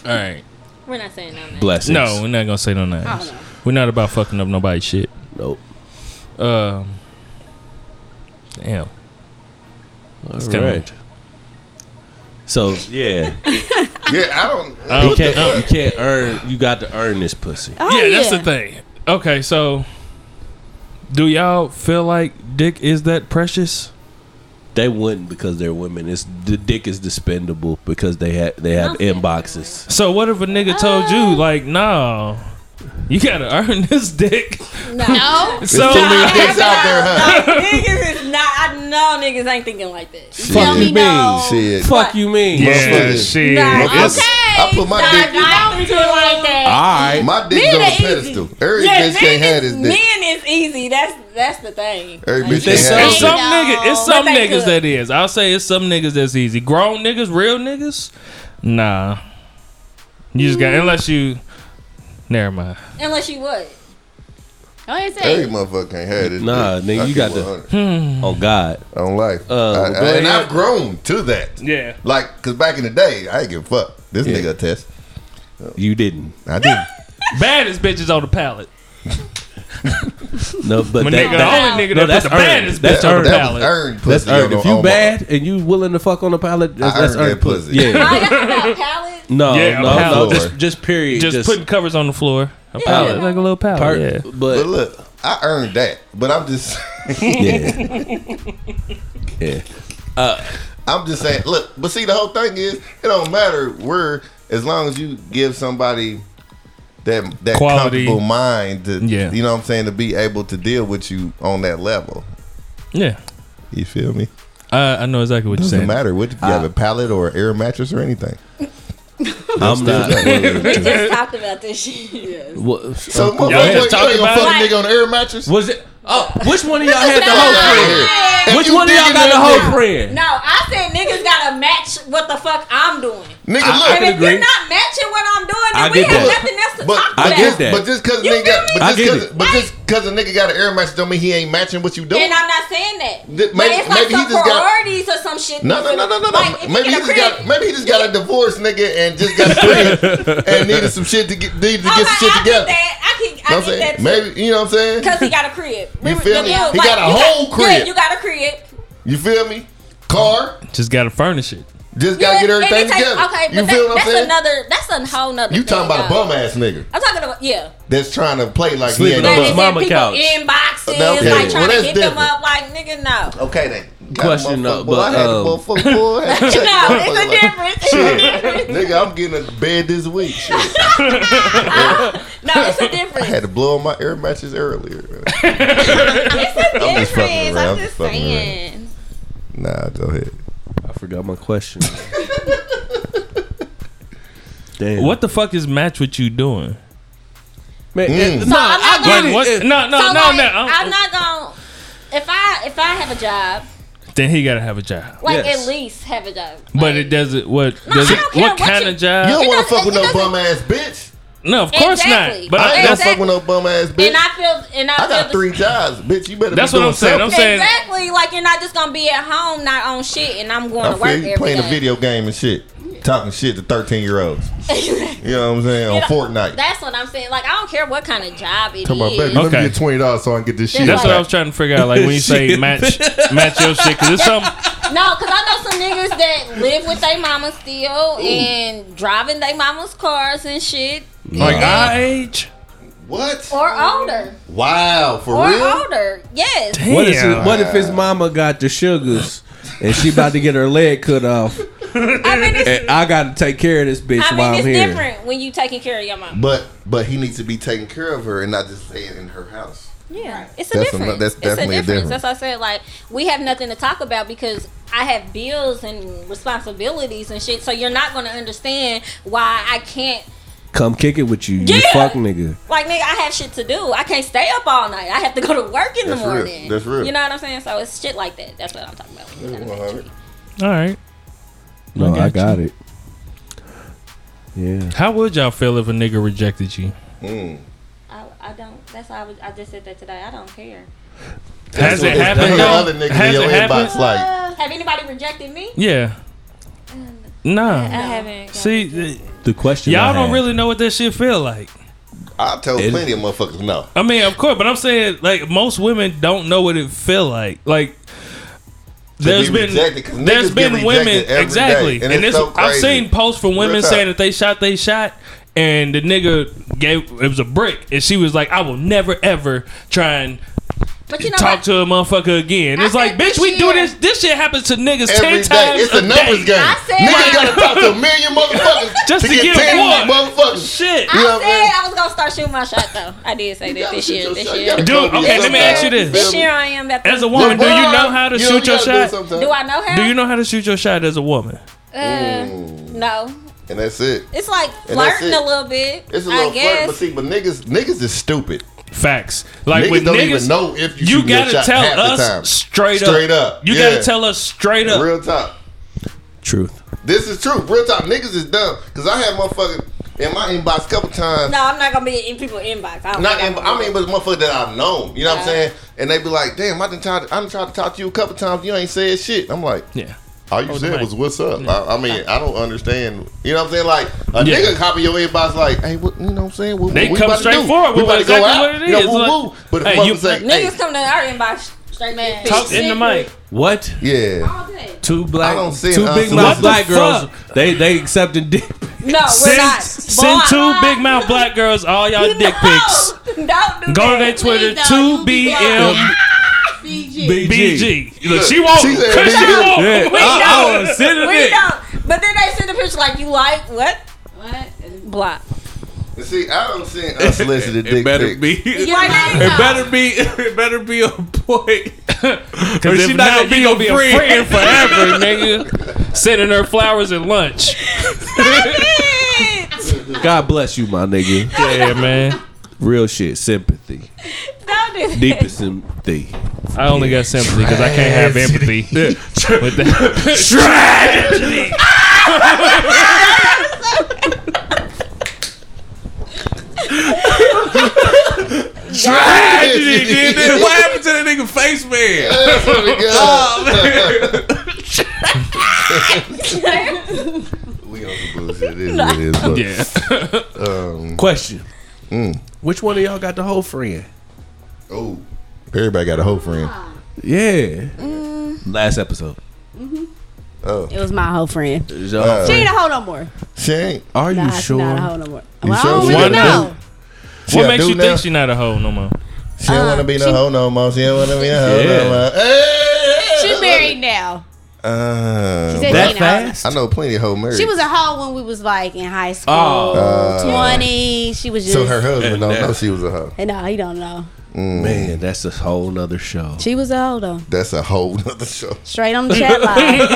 All right.
We're not saying no, man.
Bless.
No, we're not gonna say no names.
don't know.
We're not about fucking up nobody's shit.
Nope.
Um, damn.
All
kinda-
right. So yeah,
Yeah, I don't.
I don't-
you can't you can't earn. You got to earn this pussy.
Oh,
yeah, that's the thing. Okay, so do y'all feel like dick is that precious?
They wouldn't because they're women. It's the dick is dispendable because they have they have inboxes.
So what if a nigga told you like, nah, you gotta earn this dick?
No,
So
It's out there, huh?
niggas is not, I know niggas ain't thinking like that.
tell me
you
no.
Shit.
Fuck you mean?
yeah,
Motherfucker.
shit.
Nah,
It's-
I put my
Like,
dick.
I don't do it like that.
All right.
My dick's
Men
on a
are easy.
pedestal. Every bitch
men
can't have
is-
this dick.
Men is easy. That's that's the thing.
Every bitch
think
can't
so?
have
It's
this
some
dick.
niggas. It's
But
some
they
niggas
could.
that is. I'll say it's some niggas that's easy. Grown niggas, real niggas, nah. You just got unless you. Never mind.
Unless you would.
Go ahead, say
Every
it.
motherfucker can't have this.
Nah,
dick.
nigga,
I
you
keep
got the-
100.
Oh God.
on life.
Uh,
I- I-
go ahead.
and I've grown to that.
Yeah.
Like, cause back in the day, I ain't give a fuck. This
Yeah.
nigga a test.
You didn't.
I didn't.
Baddest bitches on the palette.
No, but
My
that,
nigga,
that-
the only nigga
no,
that
that's
put the
earned.
baddest
That's
bitch on
earned.
the
that was
palette.
earned
That's
pussy.
earned.
on-
If you
on-
bad and you willing to fuck on the pallet, that's,
I
that's
earned that
earned pussy.
pussy.
Yeah.
Y'all got palette?
No,
Yeah, a
no, no.
pallet.
Just, just period.
Just, putting covers on the floor. A palette, like a little palette.
Oh,
per-
yeah.
But
But
look, I earned that. But I'm just,
yeah, yeah.
I'm just saying. Look, but see, the whole thing is, it don't matter where, as long as you give somebody that that
Quality.
comfortable mind to,
Yeah.
you know, what I'm saying, to be able to deal with you on that level.
Yeah.
You feel me?
I, I know exactly what you're
Doesn't
saying.
matter what if you have a pallet or an air mattress or anything.
I'm not.
We just talked about this shit.
What-
So,
oh,
motherfucker,
y'all just
you ain't
talking
gonna fuck
about
a
it?
nigga on an air mattress?
was it? Oh, which one of y'all had the
Fuck
whole
outta
friend?
here. If
Which
you
one of y'all
digging
got the
that
whole friend?
No, I said niggas gotta match what the fuck I'm doing.
Nigga,
I
look.
And if
agree.
you're not matching what I'm doing, then
I
we
get
have
that.
nothing else to
But
talk
but
about.
I get that.
But just cause a
You
nigga,
feel
got-
me?
but
I
just
get
cause,
it.
but just 'cause a nigga got an air mattress don't mean he ain't matching what you doing.
And I'm not saying that.
Th-
but
maybe-
it's like
maybe he
some
just got-
priorities or some shit.
No, no, no, no, no, no.
Like, if
maybe
you
he just
get a crib,
got maybe he just got a divorced nigga and just got pregnant and needed some shit to get needed to
I'm
get
like,
some
I
shit
get
together.
that. I can,
You know
I
what I'm
get that.
saying?
too.
Maybe you know what I'm saying.
Cause he got a crib.
You feel me?
The bill,
He got a
you
whole crib.
Yeah, you got a crib.
You feel me? Car
Just gotta furnish it.
just gotta
Yeah,
get
and it
everything
takes-
together.
Okay, but
you
that,
feel what I'm
that's
saying?
another. That's a whole nother.
you talking
thing,
about a
y'all.
bum ass nigga
I'm talking about yeah.
that's trying to play like he
Sleeping
ain't
on
no
his
Like,
mama
people
couch.
in boxes,
Now, okay.
like
Well,
trying
that's
to hit
different.
them up. Like nigga, no.
Okay then. Got
Question,
motherfucker-
no,
boy,
but,
I had
um,
the motherfucker boy. I had to check
No, it's
the
a
motherfucker.
difference. It's a difference.
Nigga, I'm getting a bed this week. Shit.
No, it's a
I
difference.
had to blow on my air matches earlier.
It's a
I'm just
difference.
fucking
I'm
around. I'm
just
just fucking around.
saying.
Nah, go ahead.
I forgot my question. Damn.
What the fuck is match what you doing?
Man,
Mm.
eh,
So
nah,
I'm not
I
gonna-
get it.
What?
Eh,
No, no,
so
no,
like,
no.
I'm
I'm-
not gonna. If I if I have a job,
then he gotta have a job.
like
Yes.
at least have a job.
But
Like,
it doesn't. What?
No,
does
I
it,
don't care
what
what
kind
you-
of job?
You don't
It
want to
doesn't-
fuck with
it
no
doesn't-
bum ass bitch.
No, of course
Exactly.
not. But
I
I,
ain't
that's,
gonna fuck with no bum ass bitch.
And I feel, and I,
I
feel
got
the-
three jobs, bitch. You better.
That's
be
what
doing
I'm saying. I'm
something.
saying
Exactly. Like you're not just gonna be at home, not on shit, and I'm going
I
to work
feel you
every
playing
day.
a video game and shit, talking shit to thirteen year olds. You know what I'm saying? On
know,
Fortnite.
That's what I'm saying. Like I don't care what kind of job it is.
Come on, baby. Let me
Okay.
get twenty dollars so I can get this shit.
That's
that's what I
back.
was trying to figure out. Like when you say
Shit.
match match your shit, because it's something.
No, because I know some niggas that live with their mama still and driving their mama's cars and shit.
Like our age.
What?
Or older.
Wow, for
Or
real?
older. Yes.
What, is
Damn.
his, what if his mama got the sugars and she about to get her leg cut off?
I mean, it's,
And I got to take care of this bitch
I
while
mean, it's
I'm here.
different when you taking care of your mama.
But but he needs to be taking care of her and not just staying in her house.
Yeah, it's a
That's a-
difference.
that's definitely a
it's a difference.
difference.
That's why I said like we have nothing to talk about because I have bills and responsibilities and shit. So you're not gonna understand why I can't.
Come kick it with you, you
Yeah.
fuck nigga.
Like nigga, I have shit to do. I can't stay up all night. I have to go to work in
That's
the
real.
morning.
That's real.
You know what I'm saying? So it's shit like that. That's what I'm talking about. It's not about you.
All right.
No,
I
I
got
got it. Yeah.
How would y'all feel if a nigga rejected you?
Mm.
I, I don't. That's why I, was, I just said that today. I don't care.
Has it
That's
happened?
the
though?
other niggas
Has
in your
it
inbox
happened?
like
Uh, Have anybody rejected me?
Yeah.
Um, I
Nah.
haven't.
See, th-
The question I
y'all don't
had-
really know what that shit feel like.
I told
It-
plenty of motherfuckers no.
I mean, of course, but I'm saying like most women don't know what it feel like. Like there's
be
been
rejected, 'cause
there's
niggas get
been
rejected
women
every
exactly,
day, and
and this
it's so
I've
crazy.
seen posts from women
Real
saying
time.
that they shot they shot, and the nigga gave it was a brick, and she was like, I will never ever try and.
But you know
talk
what?
to a motherfucker again.
I
It's like,
said
bitch,
this
we do
year-
this. This shit happens to niggas
Every
ten
day,
times
it's a numbers game.
I said-
Niggas gotta talk to a million motherfuckers
Just to get
ten
one.
motherfuckers.
Shit.
You know
I
what I'm saying?
said I was gonna start shooting my shot though. I did say that
gotta
this
shoot
year.
your
This
shot. You
year.
gotta
Dude,
go
okay, let me
sometimes.
ask you this.
This year I am about to.
As a woman, do you
Well,
know how to
you
shoot
you
your
gotta do it
shot?
sometimes.
uh, do I know how?
Do you know how to shoot your shot as a woman?
Uh, no.
And that's it.
It's like
And that's
flirting
it.
a little bit.
It's a
I
little flirt,
guess.
but see, but niggas, niggas is stupid.
Facts. Like
niggas
with
don't
niggas,
even know if
you
you, shooting your
gotta
shot half
tell
the time.
us straight up.
Straight up,
You
yeah.
gotta tell us straight up.
Real talk.
Truth.
This is true. Real talk. Niggas is dumb. Cause I had motherfucker in my inbox a couple times.
no, I'm not gonna be in people's inbox. I don't
Not in,
think I'm
I
gonna
mean,
be.
but motherfucker that I've known. You know what I'm
Yeah.
saying? And they be like, "Damn, I done tried. I done tried to talk to you a couple times. You ain't said shit." I'm like,
yeah.
"All you
Hold the
said
mic.
was what's up." I, I mean, I don't understand. You know what I'm saying? Like a
Yeah.
nigga copy your inbox, like, "Hey, what? You know what I'm saying? What,
They
what we
come
about to
straight
do?
forward
We
with
about to go
exactly
out.
what it
You know,
is.
woo,
Like,
woo. But if
hey,
motherfucker
you-
say,
Niggas
hey,
come to our inbox straight man.
Talk in the mic.
What?
yeah,
All day.
Two black,
I don't see
two
it,
big
honestly.
What
mouth
the
black girls.
fuck?
They they accepting dick.
No, we're not.
Send, send
Boy,
two
I-
big mouth black girls all y'all
No,
dick pics.
Don't do that.
Go to their Twitter,
Please, dog,
two
you be
B
lying.
M
BG.
B G. Look, she won't.
She said
Cause she
BG.
won't.
Yeah,
We
I- I
know.
was sending
We
it.
don't. But then they send a picture like you like what?
What?
Block.
see, I don't see unsolicited dick
It better
pics.
be.
Like,
It better be. It better be on point.
Cause
she
if
not
not,
gonna be
you
your
gonna be a
friend.
friend forever, nigga. Sending her flowers and lunch.
Bitch.
God bless you, my nigga.
Yeah, man.
Real shit, sympathy,
Don't do that.
deepest sympathy.
I only got sympathy because I can't have empathy. With that.
Tragedy, dude. What happened to that nigga face man?
we on some bullshit. It is what it is. But,
Yeah.
Um,
Question.
Mm.
Which one of y'all got the whole friend?
oh, everybody got a hoe friend.
Yeah.
Mm.
Last episode.
Oh,
It was my whole friend.
It was y'all
Uh,
She
friend.
ain't a hoe no more.
she ain't.
Are
Nah,
you
she
sure?
not a hoe no more.
You
Well, I
sure
don't
she
really
not a hoe?
know.
She
What
a
makes
dude
you
now?
think she not a hoe no more?
She don't want to be no hoe no more. She don't want to be a hoe
Yeah.
no more. Hey!
She married now.
Uh,
She
That
said she ain't a hoe.
fast?
I know plenty of hoe married.
She was a hoe when we was like in high school,
Oh.
twenty. She was just
so her husband
And
don't
that-
know she was a hoe.
And no, he don't know.
Man, that's a whole nother show.
She was a hoe though.
That's a whole nother show.
Straight on the chat line.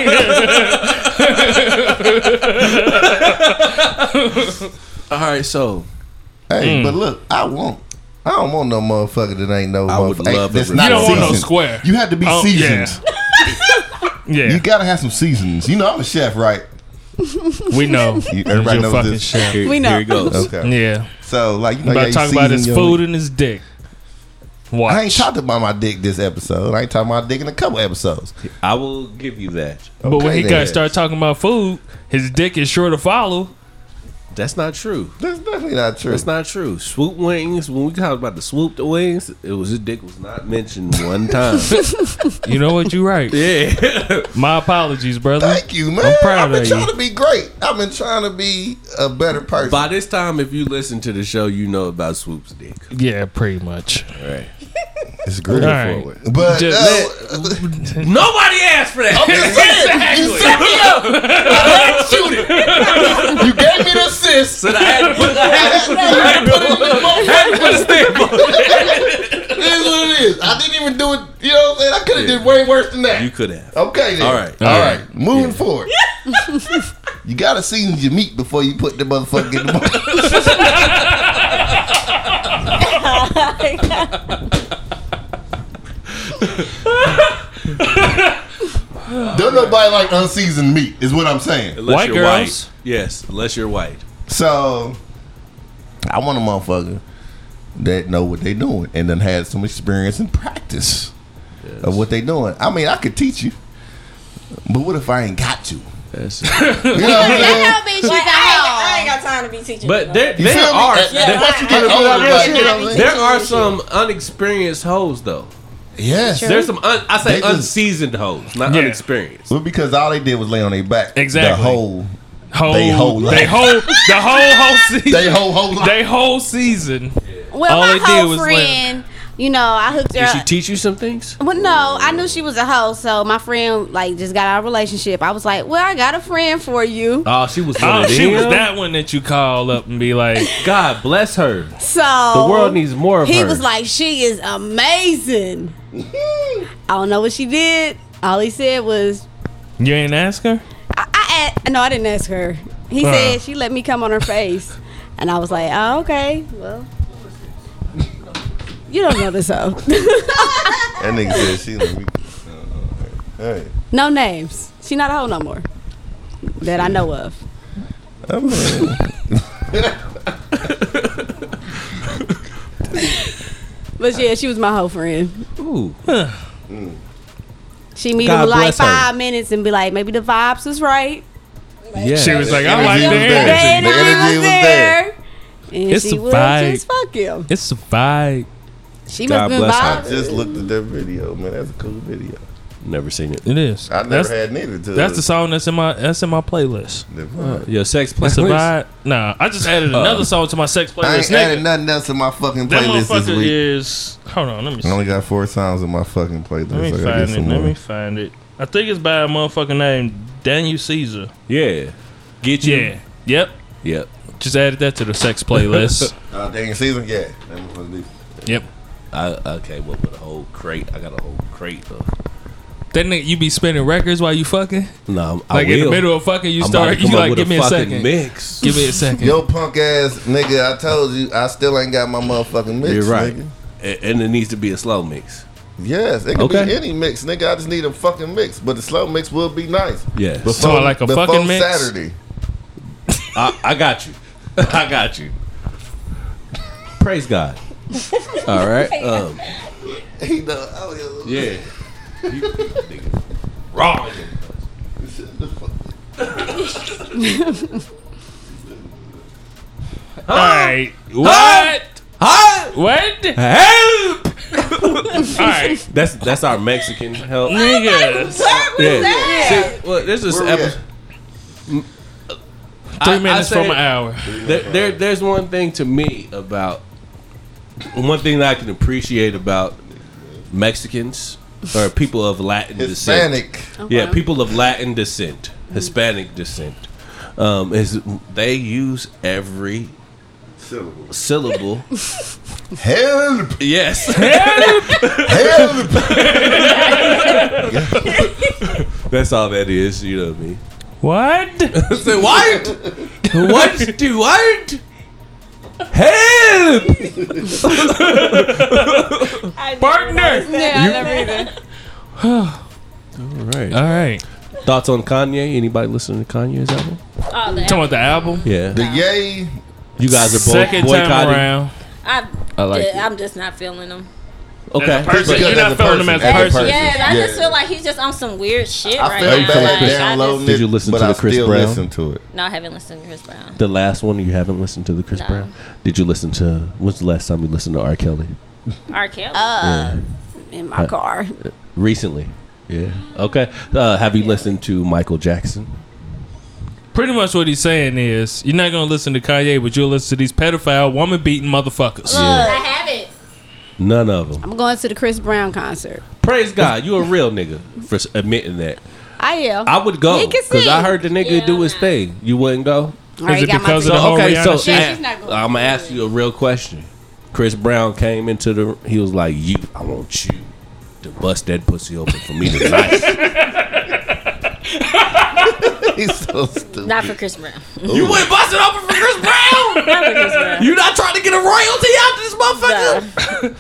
All right, so
Mm.
Hey, but look, I want. I don't want no motherfucker that ain't no
I would
motherfucker.
love
ain't- That's
it.
not
You
don't want no
seasoned.
square.
You have to be
Oh, yeah.
seasoned.
Yeah,
You gotta have some seasons. You know I'm a chef, right?
we know.
You, everybody
You're
knows
fucking
this.
shit.
here,
We know.
here it goes.
Okay.
Yeah,
So like you know,
I'm about
Oh, yeah,
to
you
talk about
season
his
your-
food and his dick. Watch.
I ain't talked about my dick this episode. I ain't talking about dick in a couple episodes.
I will give you that.
but when
Okay
he
then.
got start talking about food, his dick is sure to follow.
That's not true.
That's definitely not true.
That's not true. Swoop wings. When we talked about the swoop the wings, it was his dick was not mentioned one time.
You know what? You right.
yeah,
My apologies, brother.
Thank you, man.
I'm proud
I've been
of
trying
you.
to be great. I've been trying to be a better person.
By this time, if you listen to the show, you know about Swoop's dick.
Yeah, pretty much.
All right.
It's great.
All right.
But
Just-
uh,
Nobody asked for that.
you set me up. I had to shoot it. You gave me the assist.
But I had to put
I had to- I had to put it in the box.
the stamp on it.
It is what it is. I didn't even do it. You know what I'm saying? I could have did way worse than that.
You could have.
Okay. Then.
All right.
All
All
right.
right.
Moving forward. you gotta season your meat before you put the motherfucker in the box. Don't nobody like unseasoned meat, is what I'm saying.
Unless
White
you're
girls?
White. Yes, unless you're white.
So, I want a motherfucker that know what they doing and then had some experience and practice of what they doing. I mean, I could teach you, but what if I ain't got to? You know what I'm saying?
That bitch, you
Like, I,
got
ain't, I ain't got time to be teaching.
But there,
You
there
feel me?
are
That-
Yeah.
once you get
There
older, like,
are-
you know what I'm saying?
there are some unexperienced hoes though.
Yes.
There's some un, I
They
say
just-
unseasoned hoes, not
Yeah.
unexperienced.
Well, because all they did was lay on their back. The
Exactly.
whole,
Whole,
They
they
whole
whole,
life.
the whole whole season.
they whole whole life.
they whole season.
Well,
All
my
it did
whole
was let-
friend, you know, I hooked her
Did
up.
she teach you some things?
Well, no, I knew she was a hoe, so my friend like just got out of a relationship. I was like, "Well, I got a friend for you."
Oh, she was.
Oh,
one of
she was
them.
that one that you call up and be like,
God bless her.
So
The
Oh,
world needs more of
He
her.
was like, "She is amazing." I don't know what she did. All he said was,
"You ain't ask her."
"I, I a- no, I didn't ask her." He
Uh.
said she let me come on her face, and I was like, "Oh, okay, well." You don't know this hoe.
That nigga said she like, we- uh, Hey,
no names. She not a hoe no more. That I know of.
I mean,
But yeah, she was my whole friend.
Ooh.
She meet
God
him like
bless her.
five minutes and be like, maybe the vibes was right.
Yeah.
She was like,
Energy
"I like the
was
The
there.
energy."
The
energy
energy
was
was there.
there. And
It's
she
a
would
vibe.
just fuck him.
It's a vibe.
She
God
must have been
bless
I
vibing.
just looked at that video, man. That's a cool video.
Never seen it.
It is.
I never
that's,
had neither to
that's the song that's in my that's in my playlist.
the vibe.
Your sex
It's a
playlist.
vibe. Nah, I just added another song to my sex
I ain't
playlist.
added
Nigga,
nothing else to my fucking
That
playlist this
motherfucker
week.
is. Hold on, let me
I
see.
only got four songs in my fucking playlist.
Let me
I gotta
find
get
it.
some
Let me
more.
find it. I think it's by a motherfucker named Daniel Caesar.
Yeah. Get you.
Yeah. Yep.
Yep.
Just added that to the sex playlist.
Uh, dang season, yeah. That motherfucker decent.
yep.
I, okay. What with a whole crate? I got a whole crate of.
That nigga, you be spinning records while you fucking.
No, I
Like
will.
in the middle of fucking, you
I'm about
start.
to come
You
up
like,
with
give me a
fucking
second.
Mix.
Give me a second.
Yo, punk ass nigga, I told you, I still ain't got my motherfucking mix.
You're right.
Nigga.
A- And it needs to be a slow mix.
Yes, it can be
Okay.
any mix, nigga. I just need a fucking mix, but the slow mix will be nice.
Yes.
So, like a
before
fucking mix?
Saturday.
I, I got you. I got you. Praise God. All right. Um,
He know. I was-
yeah.
Wrong. All right. What?
Huh?
What? All
Help!
right,
That's that's our Mexican help.
niggas.
yeah. See, well, there's this
Where we at?
episode.
Three minutes from an hour.
There, there, there's one thing to me about one thing that I can appreciate about Mexicans or people of Latin descent.
Hispanic.
Oh.
Yeah, people of Latin descent, Hispanic descent, um, is they use every syllable.
Help!
yes,
Help!
that's all that is. You know what I mean?
What?
Say what? what do what? Help!
Partner.
Yeah, I never either.
All right.
All right.
Thoughts on Kanye? Anybody listening to Kanye's album?
all that.
Talking about the album.
Yeah.
the yay
You guys are both
Second time
boycotting.
around.
I,
I like
ju-
it.
I'm just not feeling him.
Okay.
Person,
Because
you're
as
not
a
feeling him as a
person, as a
person.
person.
Yeah, I
Yeah.
just feel like he's just on some weird shit
I
right
feel
now.
bad
Like, I
downloading
just,
Did you listen
it, but
to the
I
Chris
still
Brown?
listen to it.
no, I haven't listened to Chris Brown.
The last one you haven't listened to the Chris
No.
Brown. Did you listen to? When's the last time you listened to R. Kelly?
R. Kelly.
Uh, in my car.
Recently. Yeah. Okay. Uh, have you listened to Michael Jackson?
Pretty much what he's saying is, you're not gonna listen to Kanye, but you'll listen to these pedophile, woman beating motherfuckers.
Uh,
I haven't.
None of them.
I'm going to the Chris Brown concert.
Praise God, you a real nigga for s- admitting that.
I am.
I would go
He can
because I
sing.
heard the nigga
Yeah,
do
I'm
his
not.
thing. You wouldn't go.
Is it because of the
So
whole
Oh, okay, so
Rihanna shit?
She- she's not
I'm
gonna
gonna
do
ask you a real question. Chris Brown came into the. He was like, "You, I want you to bust that pussy open for me tonight."
He's so stupid.
Not for Chris Brown.
you wouldn't bust it open for Chris Brown.
Not for Chris Brown.
You're not trying to get a royalty out of this motherfucker.
No.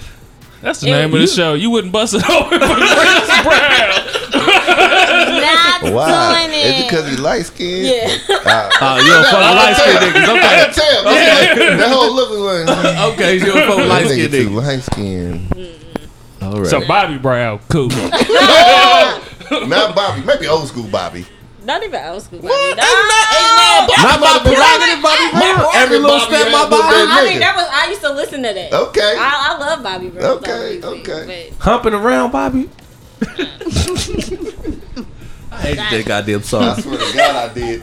That's the name of the
you-
show. You wouldn't bust it open for Chris Brown.
Not
Why?
doing
Is it
it.
because he light skinned?
yeah.
Oh, you don't fuck with light skinned niggas.
I
Okay,
can tell. Okay. That whole look was like,
okay, you don't fuck with light
light
skinned
too
niggas.
light skinned.
All right.
So Bobby Brown, cool.
Not Bobby, maybe old school Bobby.
Not even old school.
What?
Bobby.
That's
No.
not- ain't no-
Not
my
my prerogative,
Bobby Brown.
Brown.
Every little step, my
Bobby
Bobby.
Brown.
I think
nigga.
that was. I used to listen to that.
Okay.
I, I love Bobby Brown.
Okay, okay.
Humping around, Bobby. I hate that goddamn
I
song.
swear to God, I did.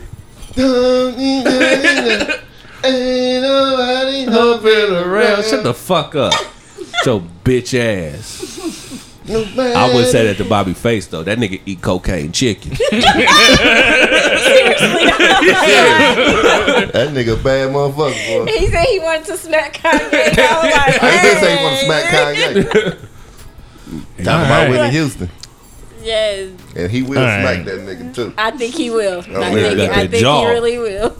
Ain't nobody
Humping around. Shut the fuck up. Your bitch ass.
nobody.
I would say that to Bobby Face though. That nigga eat cocaine chicken.
That nigga bad motherfucker, boy.
He said he wanted to smack Kanye. I was like,
I did say he
hey.
want to smack Kanye. Talking about
Alright.
Whitney Houston.
Yes,
And he will
Alright.
smack that nigga too.
I think he will. I
man,
think,
got
I
that
think he
jaw.
really will.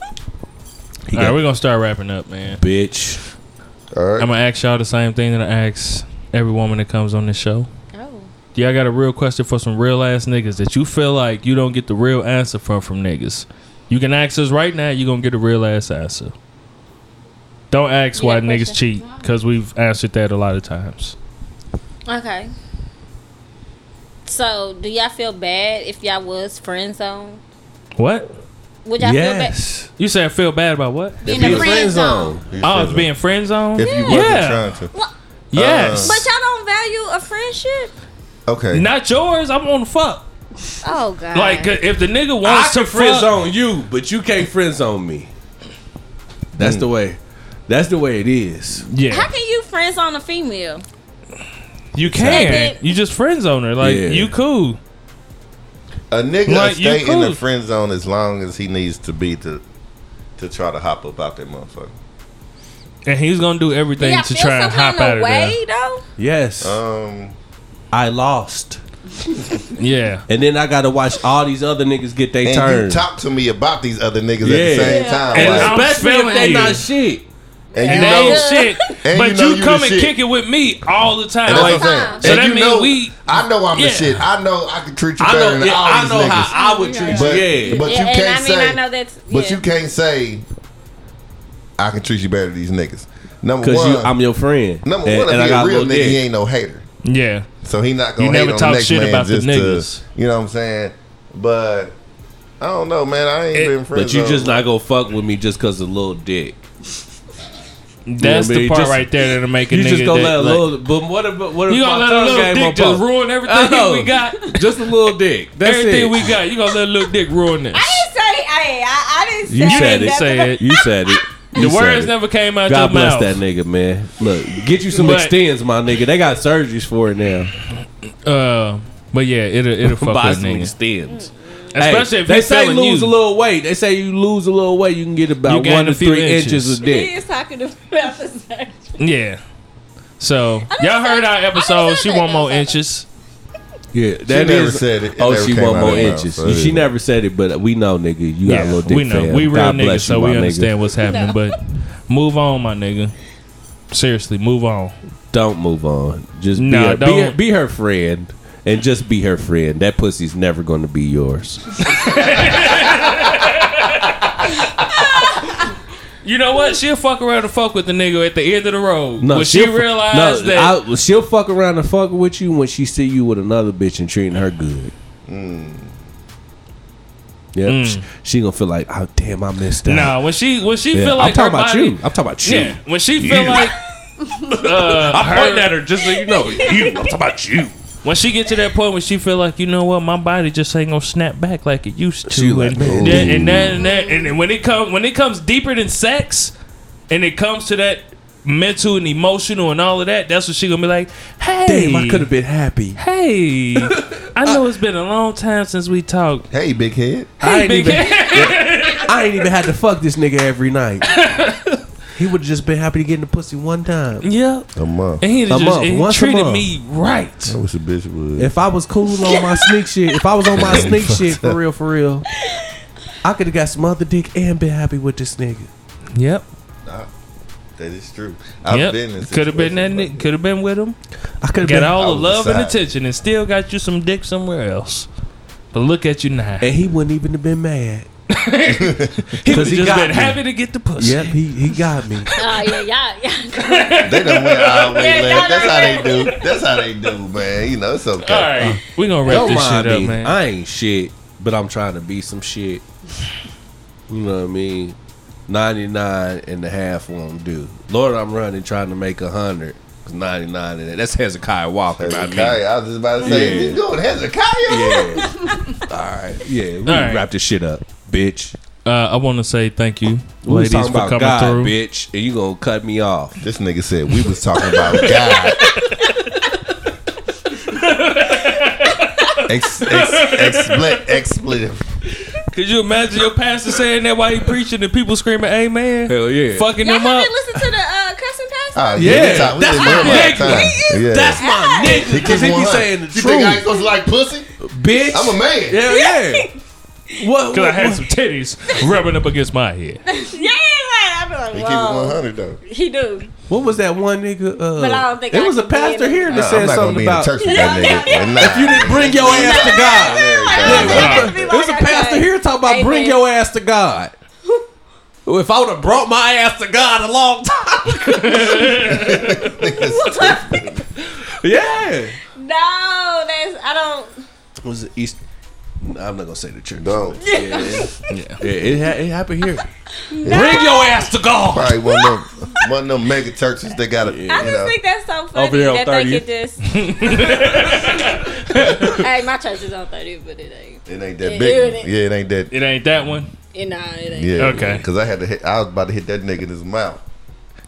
He
All right,
got
we're gonna start wrapping up, man.
bitch.
All
I'm
right.
gonna ask y'all the same thing that I ask every woman that comes on this show.
Oh.
Do y'all got a real question for some real ass niggas that you feel like you don't get the real answer from from niggas? You can ask us right now. You gonna get a real ass answer. Don't ask
You
why
got a
niggas
question?
cheat because we've answered that a lot of times.
Okay. So, do y'all feel bad if y'all was friend zone?
What
Would y'all
Yes.
you said? Feel bad about what?
feel bad?
Be
In
a
the friend zone.
Oh, it's being friend zone.
If you wasn't
Yeah.
trying to.
Well,
yes,
But y'all don't value a friendship?
Okay.
not yours. I'm on the fuck.
Oh, God.
Like if the nigga
I
wants
can
to
friend
Oh, fuck,
zone you, but you can't friend zone me. That's
Mm.
the way. That's the way it is.
How
yeah,
can you friend zone a female?
you can.
Second.
You just friend zone her. Like
Yeah.
you cool.
A nigga
Like, you
stay in the
cool.
friend zone as long as he needs to be to to try to hop up out that motherfucker.
And he's gonna do
Do
everything
y'all
to
feel
try
some
and hop
kind
out
of
of there.
way, though?
Yes.
Um,
I lost.
Yeah.
And then I gotta watch all these other niggas get their
and
turn.
you talk to me about these other niggas
Yeah.
at the same
Yeah.
time,
And
like,
I'm
Especially if
feeling
they
you.
not shit.
and you
and they
know,
ain't shit.
And
but
you know
you,
you the
come and
shit.
kick it with me all the time.
and that's
Like,
what I'm saying.
so
And
that
you
means
know,
we.
I know I'm
Yeah.
the shit. I know I can treat you
I
better
know.
than
Yeah,
all
I
these
know
niggas.
how I would treat
but
you. Yeah.
but
Yeah,
you
and
can't
I mean,
say.
I know that's.
But
yeah.
you can't say I can treat you better than these niggas. Number
Because
one,
you, I'm your friend.
number
and,
one. If
and I
he
got
a real
little
nigga, he
dick.
ain't no hater.
Yeah.
So he not gonna
You
hate
never
on
talk
the next
shit
man
about the
just
niggas.
To, you know what I'm saying? But I don't know, man. I ain't
It-
been friends.
But you just not gonna fuck with me just because of little dick.
That's
Yeah,
the
man,
part
just-
right there that'll make a
You
nigga.
just gonna
that,
let a
like,
little. But what if what if
you gonna
my
let a
tongue
little
game on
dick just
pop?
ruin
I know.
everything we got?
Just a little dick. That's
everything
it.
we got. You gonna let a little dick ruin this.
I didn't say. Hey, I, I didn't say.
You said
didn't
it.
say it.
You said it.
The
You said
words
it.
never came out
God
your mouth.
bless that nigga, man. Look, get you some
But-
extends, my nigga. They got surgeries for it now.
Uh, but yeah, it'll it'll fuck
Buy
with
some
niggas.
extends. Hey,
Especially if
they
he's
say
telling
lose
you.
a little weight. They say you lose a little weight, you can get
You
about
gain
one
a
to
few
three
inches.
inches of
He
dick.
is talking about the sex.
Yeah. So
didn't
y'all
say-
heard
I
our
didn't say
episode. She
that.
want more
I didn't say
inches.
Yeah,
She
that
never
is-
said it. it
Oh,
never
she
came
want
out of
more
her mouth,
inches.
so it
she
is-
never said it, but we know, nigga. You got
Yeah,
a little dick.
we know.
fam.
We real
God
niggas,
bless you,
so
my
we
nigga.
understand what's happening. But move on, my nigga. Seriously, move on.
Don't move on. Just be,
Nah,
her, be,
don't.
her, be her friend. And just be her friend. That pussy's never going to be yours.
You know what? She'll fuck around and fuck with the nigga at the end of the road. when she
she'll fu-
realized
no,
that
I- she'll fuck around and fuck with you when she see you with another bitch and treating her good. Mm. Yep, sh- she gonna feel like, oh damn, I missed that.
Mm. Nah, when she when she
Yeah,
feel like
I'm talking
her
about
body,
you. I'm talking about you.
Yeah, when she feel like uh,
I'm
her,
pointing at her just so you know. You, I'm talking about you.
when she get to that point when she feel like you know what my body just ain't gonna snap back like it used
She
to,
like,
and,
"Ooh."
that, and that and that and then when it comes when it comes deeper than sex, and it comes to that mental and emotional and all of that, that's when she gonna be like, hey,
Damn, I could have been happy.
hey, I know it's been a long time since we talked.
Hey, big head.
I ain't
big
even.
head.
I ain't even had to fuck this nigga every night. he would have just been happy to get in the pussy one time.
Yeah,
A month.
and he just
month,
and he
once a
treated
month.
me right.
I wish a bitch would.
If I was cool on my sneak shit, if I was on my sneak shit for real, for real, I could have got some other dick and been happy with this nigga.
Yep,
that is true. I've been in
yep. Could have been that.
situations like
Could have been with him.
I could have
Got
been.
all the
was
love and
beside.
attention, and still got you some dick somewhere else. But look at you now.
and he wouldn't even have been mad.
He
'Cause
was
he
just
got
been
me.
happy to get the pussy.
Yep, he, he got me.
Uh, yeah, yeah, yeah.
that. They done went all the way
Yeah, y'all
left. That's how they do. That's how they do, man. You know, it's okay.
All right, we gonna wrap
Don't
this shit
Uh, mind
up,
me.
man.
I ain't shit, but I'm trying to be some shit. You know what I mean? 99 and a half won't do. Lord, I'm running trying to make 100. 'cause 99 and that's Hezekiah Walker. not me.
Hezekiah, I was just about to say,
Yeah.
you doing Hezekiah?
Yeah. All right. Yeah. We
right.
wrap this shit up, bitch.
uh, I want to say thank you,
We
ladies,
was talking
for
about
coming
God,
through.
bitch, and you gonna cut me off.
This nigga said we was talking about God. ex, ex, expli- expletive.
Could you imagine your pastor saying that while he preaching and people screaming "Amen"?
Hell yeah.
Fucking
Y'all
them up.
haven't listened to the uh, cussing pastor?
Oh,
Yeah,
yeah, we talk- we
that's
didn't
my
know about
nigga.
time. Yeah.
That's my nigga. Because he be
100.
saying the
You think I ain't
truth,
supposed to like pussy?
bitch.
I'm a man.
Hell yeah. What?
Cause I
what-
had
what-
some titties rubbing up against my head.
Yeah, right. I
He
be
keep
like,
it
whoa.
100 though.
He do.
What was that one nigga? Uh,
But I don't think
it
I
was a
could be
pastor
in it.
here that
Nah,
said
I'm not gonna
something
be in the
about
church with that nigga. Nah.
you didn't bring your ass to God.
Nah.
Be
It
like,
was a pastor
okay.
here talking about
Amen.
bring your ass to God. If I would have brought my ass to God a long time, yeah.
No, that's I don't.
Was it East? I'm not gonna say the church.
Don't.
Yeah, yeah. It, ha- it happened here.
Bring
your ass to God.
Probably one of them, one of them mega churches. They got to you
I just
know.
think that's so funny
Over here on
that they
30th.
could just. hey, my church is on thirty, but it ain't.
It ain't that
Yeah,
big.
it
one.
ain't-
Yeah, it ain't that.
It ain't that one.
It, nah, it ain't.
Yeah.
Okay.
Because I had to hit. I was about to hit that nigga in his mouth.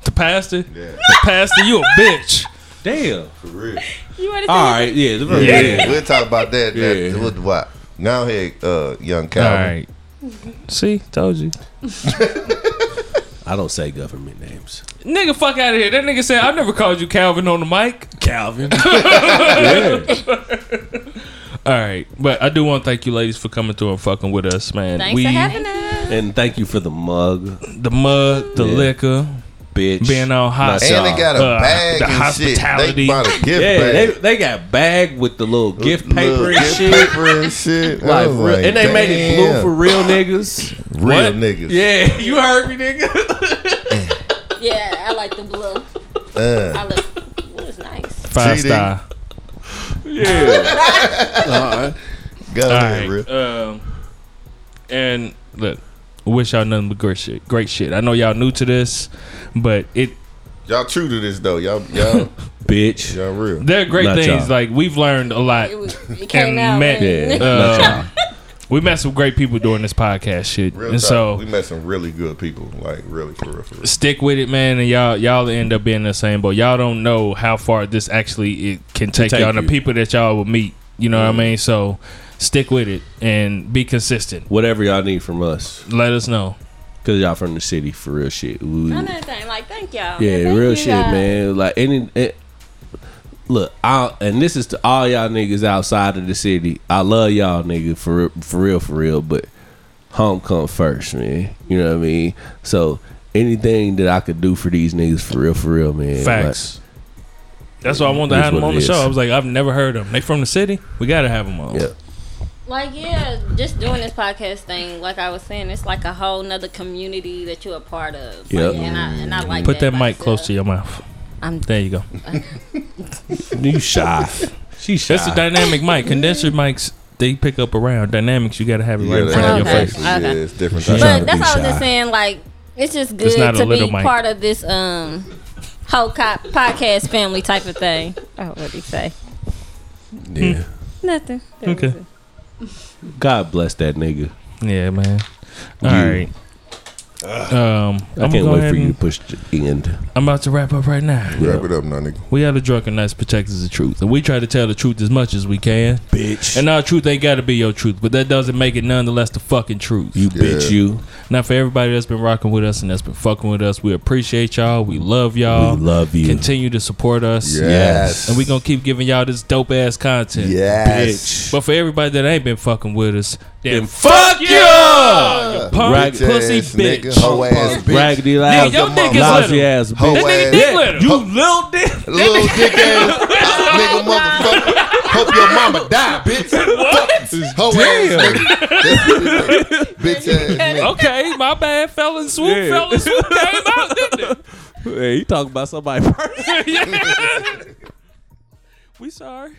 The pastor,
Yeah.
the pastor, you a bitch.
Damn.
For real.
You want to?
All right. Yeah. the-
Yeah.
yeah.
We'll talk about that. that
Yeah.
What? What? Now here, uh, young
All
Calvin.
right. See, told you.
I don't say government names.
Nigga, fuck out of here. That nigga said I never called you Calvin on the mic.
Calvin. yeah.
All right, but I do want to thank you, ladies, for coming through and fucking with us, man.
Thanks
we
for having us.
And thank you for the mug,
the mug, the
Yeah.
liquor,
bitch.
being all hot.
Nice.
And they got a
Uh,
bag
the
and shit.
hospitality.
They bought a gift
Yeah, they,
bag.
they got bag with the little gift
Little
paper and
gift
shit.
paper and shit. I
Like,
was
real- and they made it blue
damn,
for real niggas.
real
What?
niggas.
Yeah, you heard me, nigga.
Yeah, I like the blue.
Uh,
I look. It was nice.
Five
GD.
star.
go
All
ahead, real.
right. Um, and look, wish y'all nothing but great shit. Great shit. I know y'all new to this, but it
Y'all true to this though. Y'all, y'all,
Bitch.
y'all real.
there are great
Not
things.
y'all.
Like we've learned a lot.
It, was, it came
And
out.
met-
man.
Yeah,
Uh,
not y'all.
We met some great people doing this podcast shit,
Real
and
talk.
so
we met some really good people. Like really for real. For real.
stick with it, man, and y'all y'all end up being the same. But y'all don't know how far this actually it can take,
take
y'all. and
you.
The people that y'all will meet, you know what I mean. So stick with it and be consistent.
Whatever y'all need from us,
Let us know.
cause y'all from the city for real shit. Ooh.
Another thing, like thank y'all.
Yeah,
Thank
real
you
shit,
guys.
man. Like any. It, Look, I and this is to all y'all niggas outside of the city. I love y'all nigga for for real, for real. But home come first, man. You know what I mean. So anything that I could do for these niggas, for real, for real, man. like,
Facts. That's why I wanted to
It's
have them
what
on
it
the show.
is.
I was like, I've never heard them. They from the city. We gotta have them on.
Yeah.
Like yeah, just doing this podcast thing, like I was saying, it's like a whole nother community that you're a part of.
Yep.
Like, and I and I like
Put that
by
mic close to
itself.
your mouth.
I'm
There you go.
You shy. She shy.
That's a dynamic mic. Condenser mics they pick up around. Dynamics you got to have it
You
right in
gotta
front
have
of your
it.
Okay.
face.
Yeah,
Okay.
it's different.
But
type
But
of-
that's
be
all I was
shy.
just saying. Like, it's just good
not a
to
little
be
mic.
part of this um whole cop podcast family type of thing. Oh, what he say?
Mm.
Yeah.
Nothing. That was
Okay.
it.
God bless that nigga.
Yeah, man. All
You-
right. Um,
I
I'm
can't
gonna
wait
go
for
ahead
you to
and-
push the end.
I'm about to wrap up right now.
Wrap it up, my nigga.
We are the drunken nights protectors of truth, and we try to tell the truth as much as we can.
Bitch.
And our truth ain't got to be your truth, but that doesn't make it nonetheless the fucking truth.
you bitch, you.
Now, for everybody that's been rocking with us and that's been fucking with us, we appreciate y'all. We love y'all.
We love you.
Uh, Continue to support us.
Yes.
And we going to keep giving y'all this dope ass content.
Yes.
But for everybody that ain't been fucking with us, then
Then
fuck you! You punk
Right
pussy
ass
bitch.
Nigga, hoe ass bitch.
Raggedy
Nigga,
lousy,
your dick is
lousy
little.
ass bitch.
Hoe
That nigga
ass.
dick
Yeah,
little.
You little dick.
Little dick ass nigga motherfucker. Hope your mama die, bitch. What? Hoe ass nigga. bitch ass nigga.
okay, my bad. Fell and swoop,
Yeah.
fell and swoop came out, didn't
Hey, you talking about somebody first.
it? we sorry.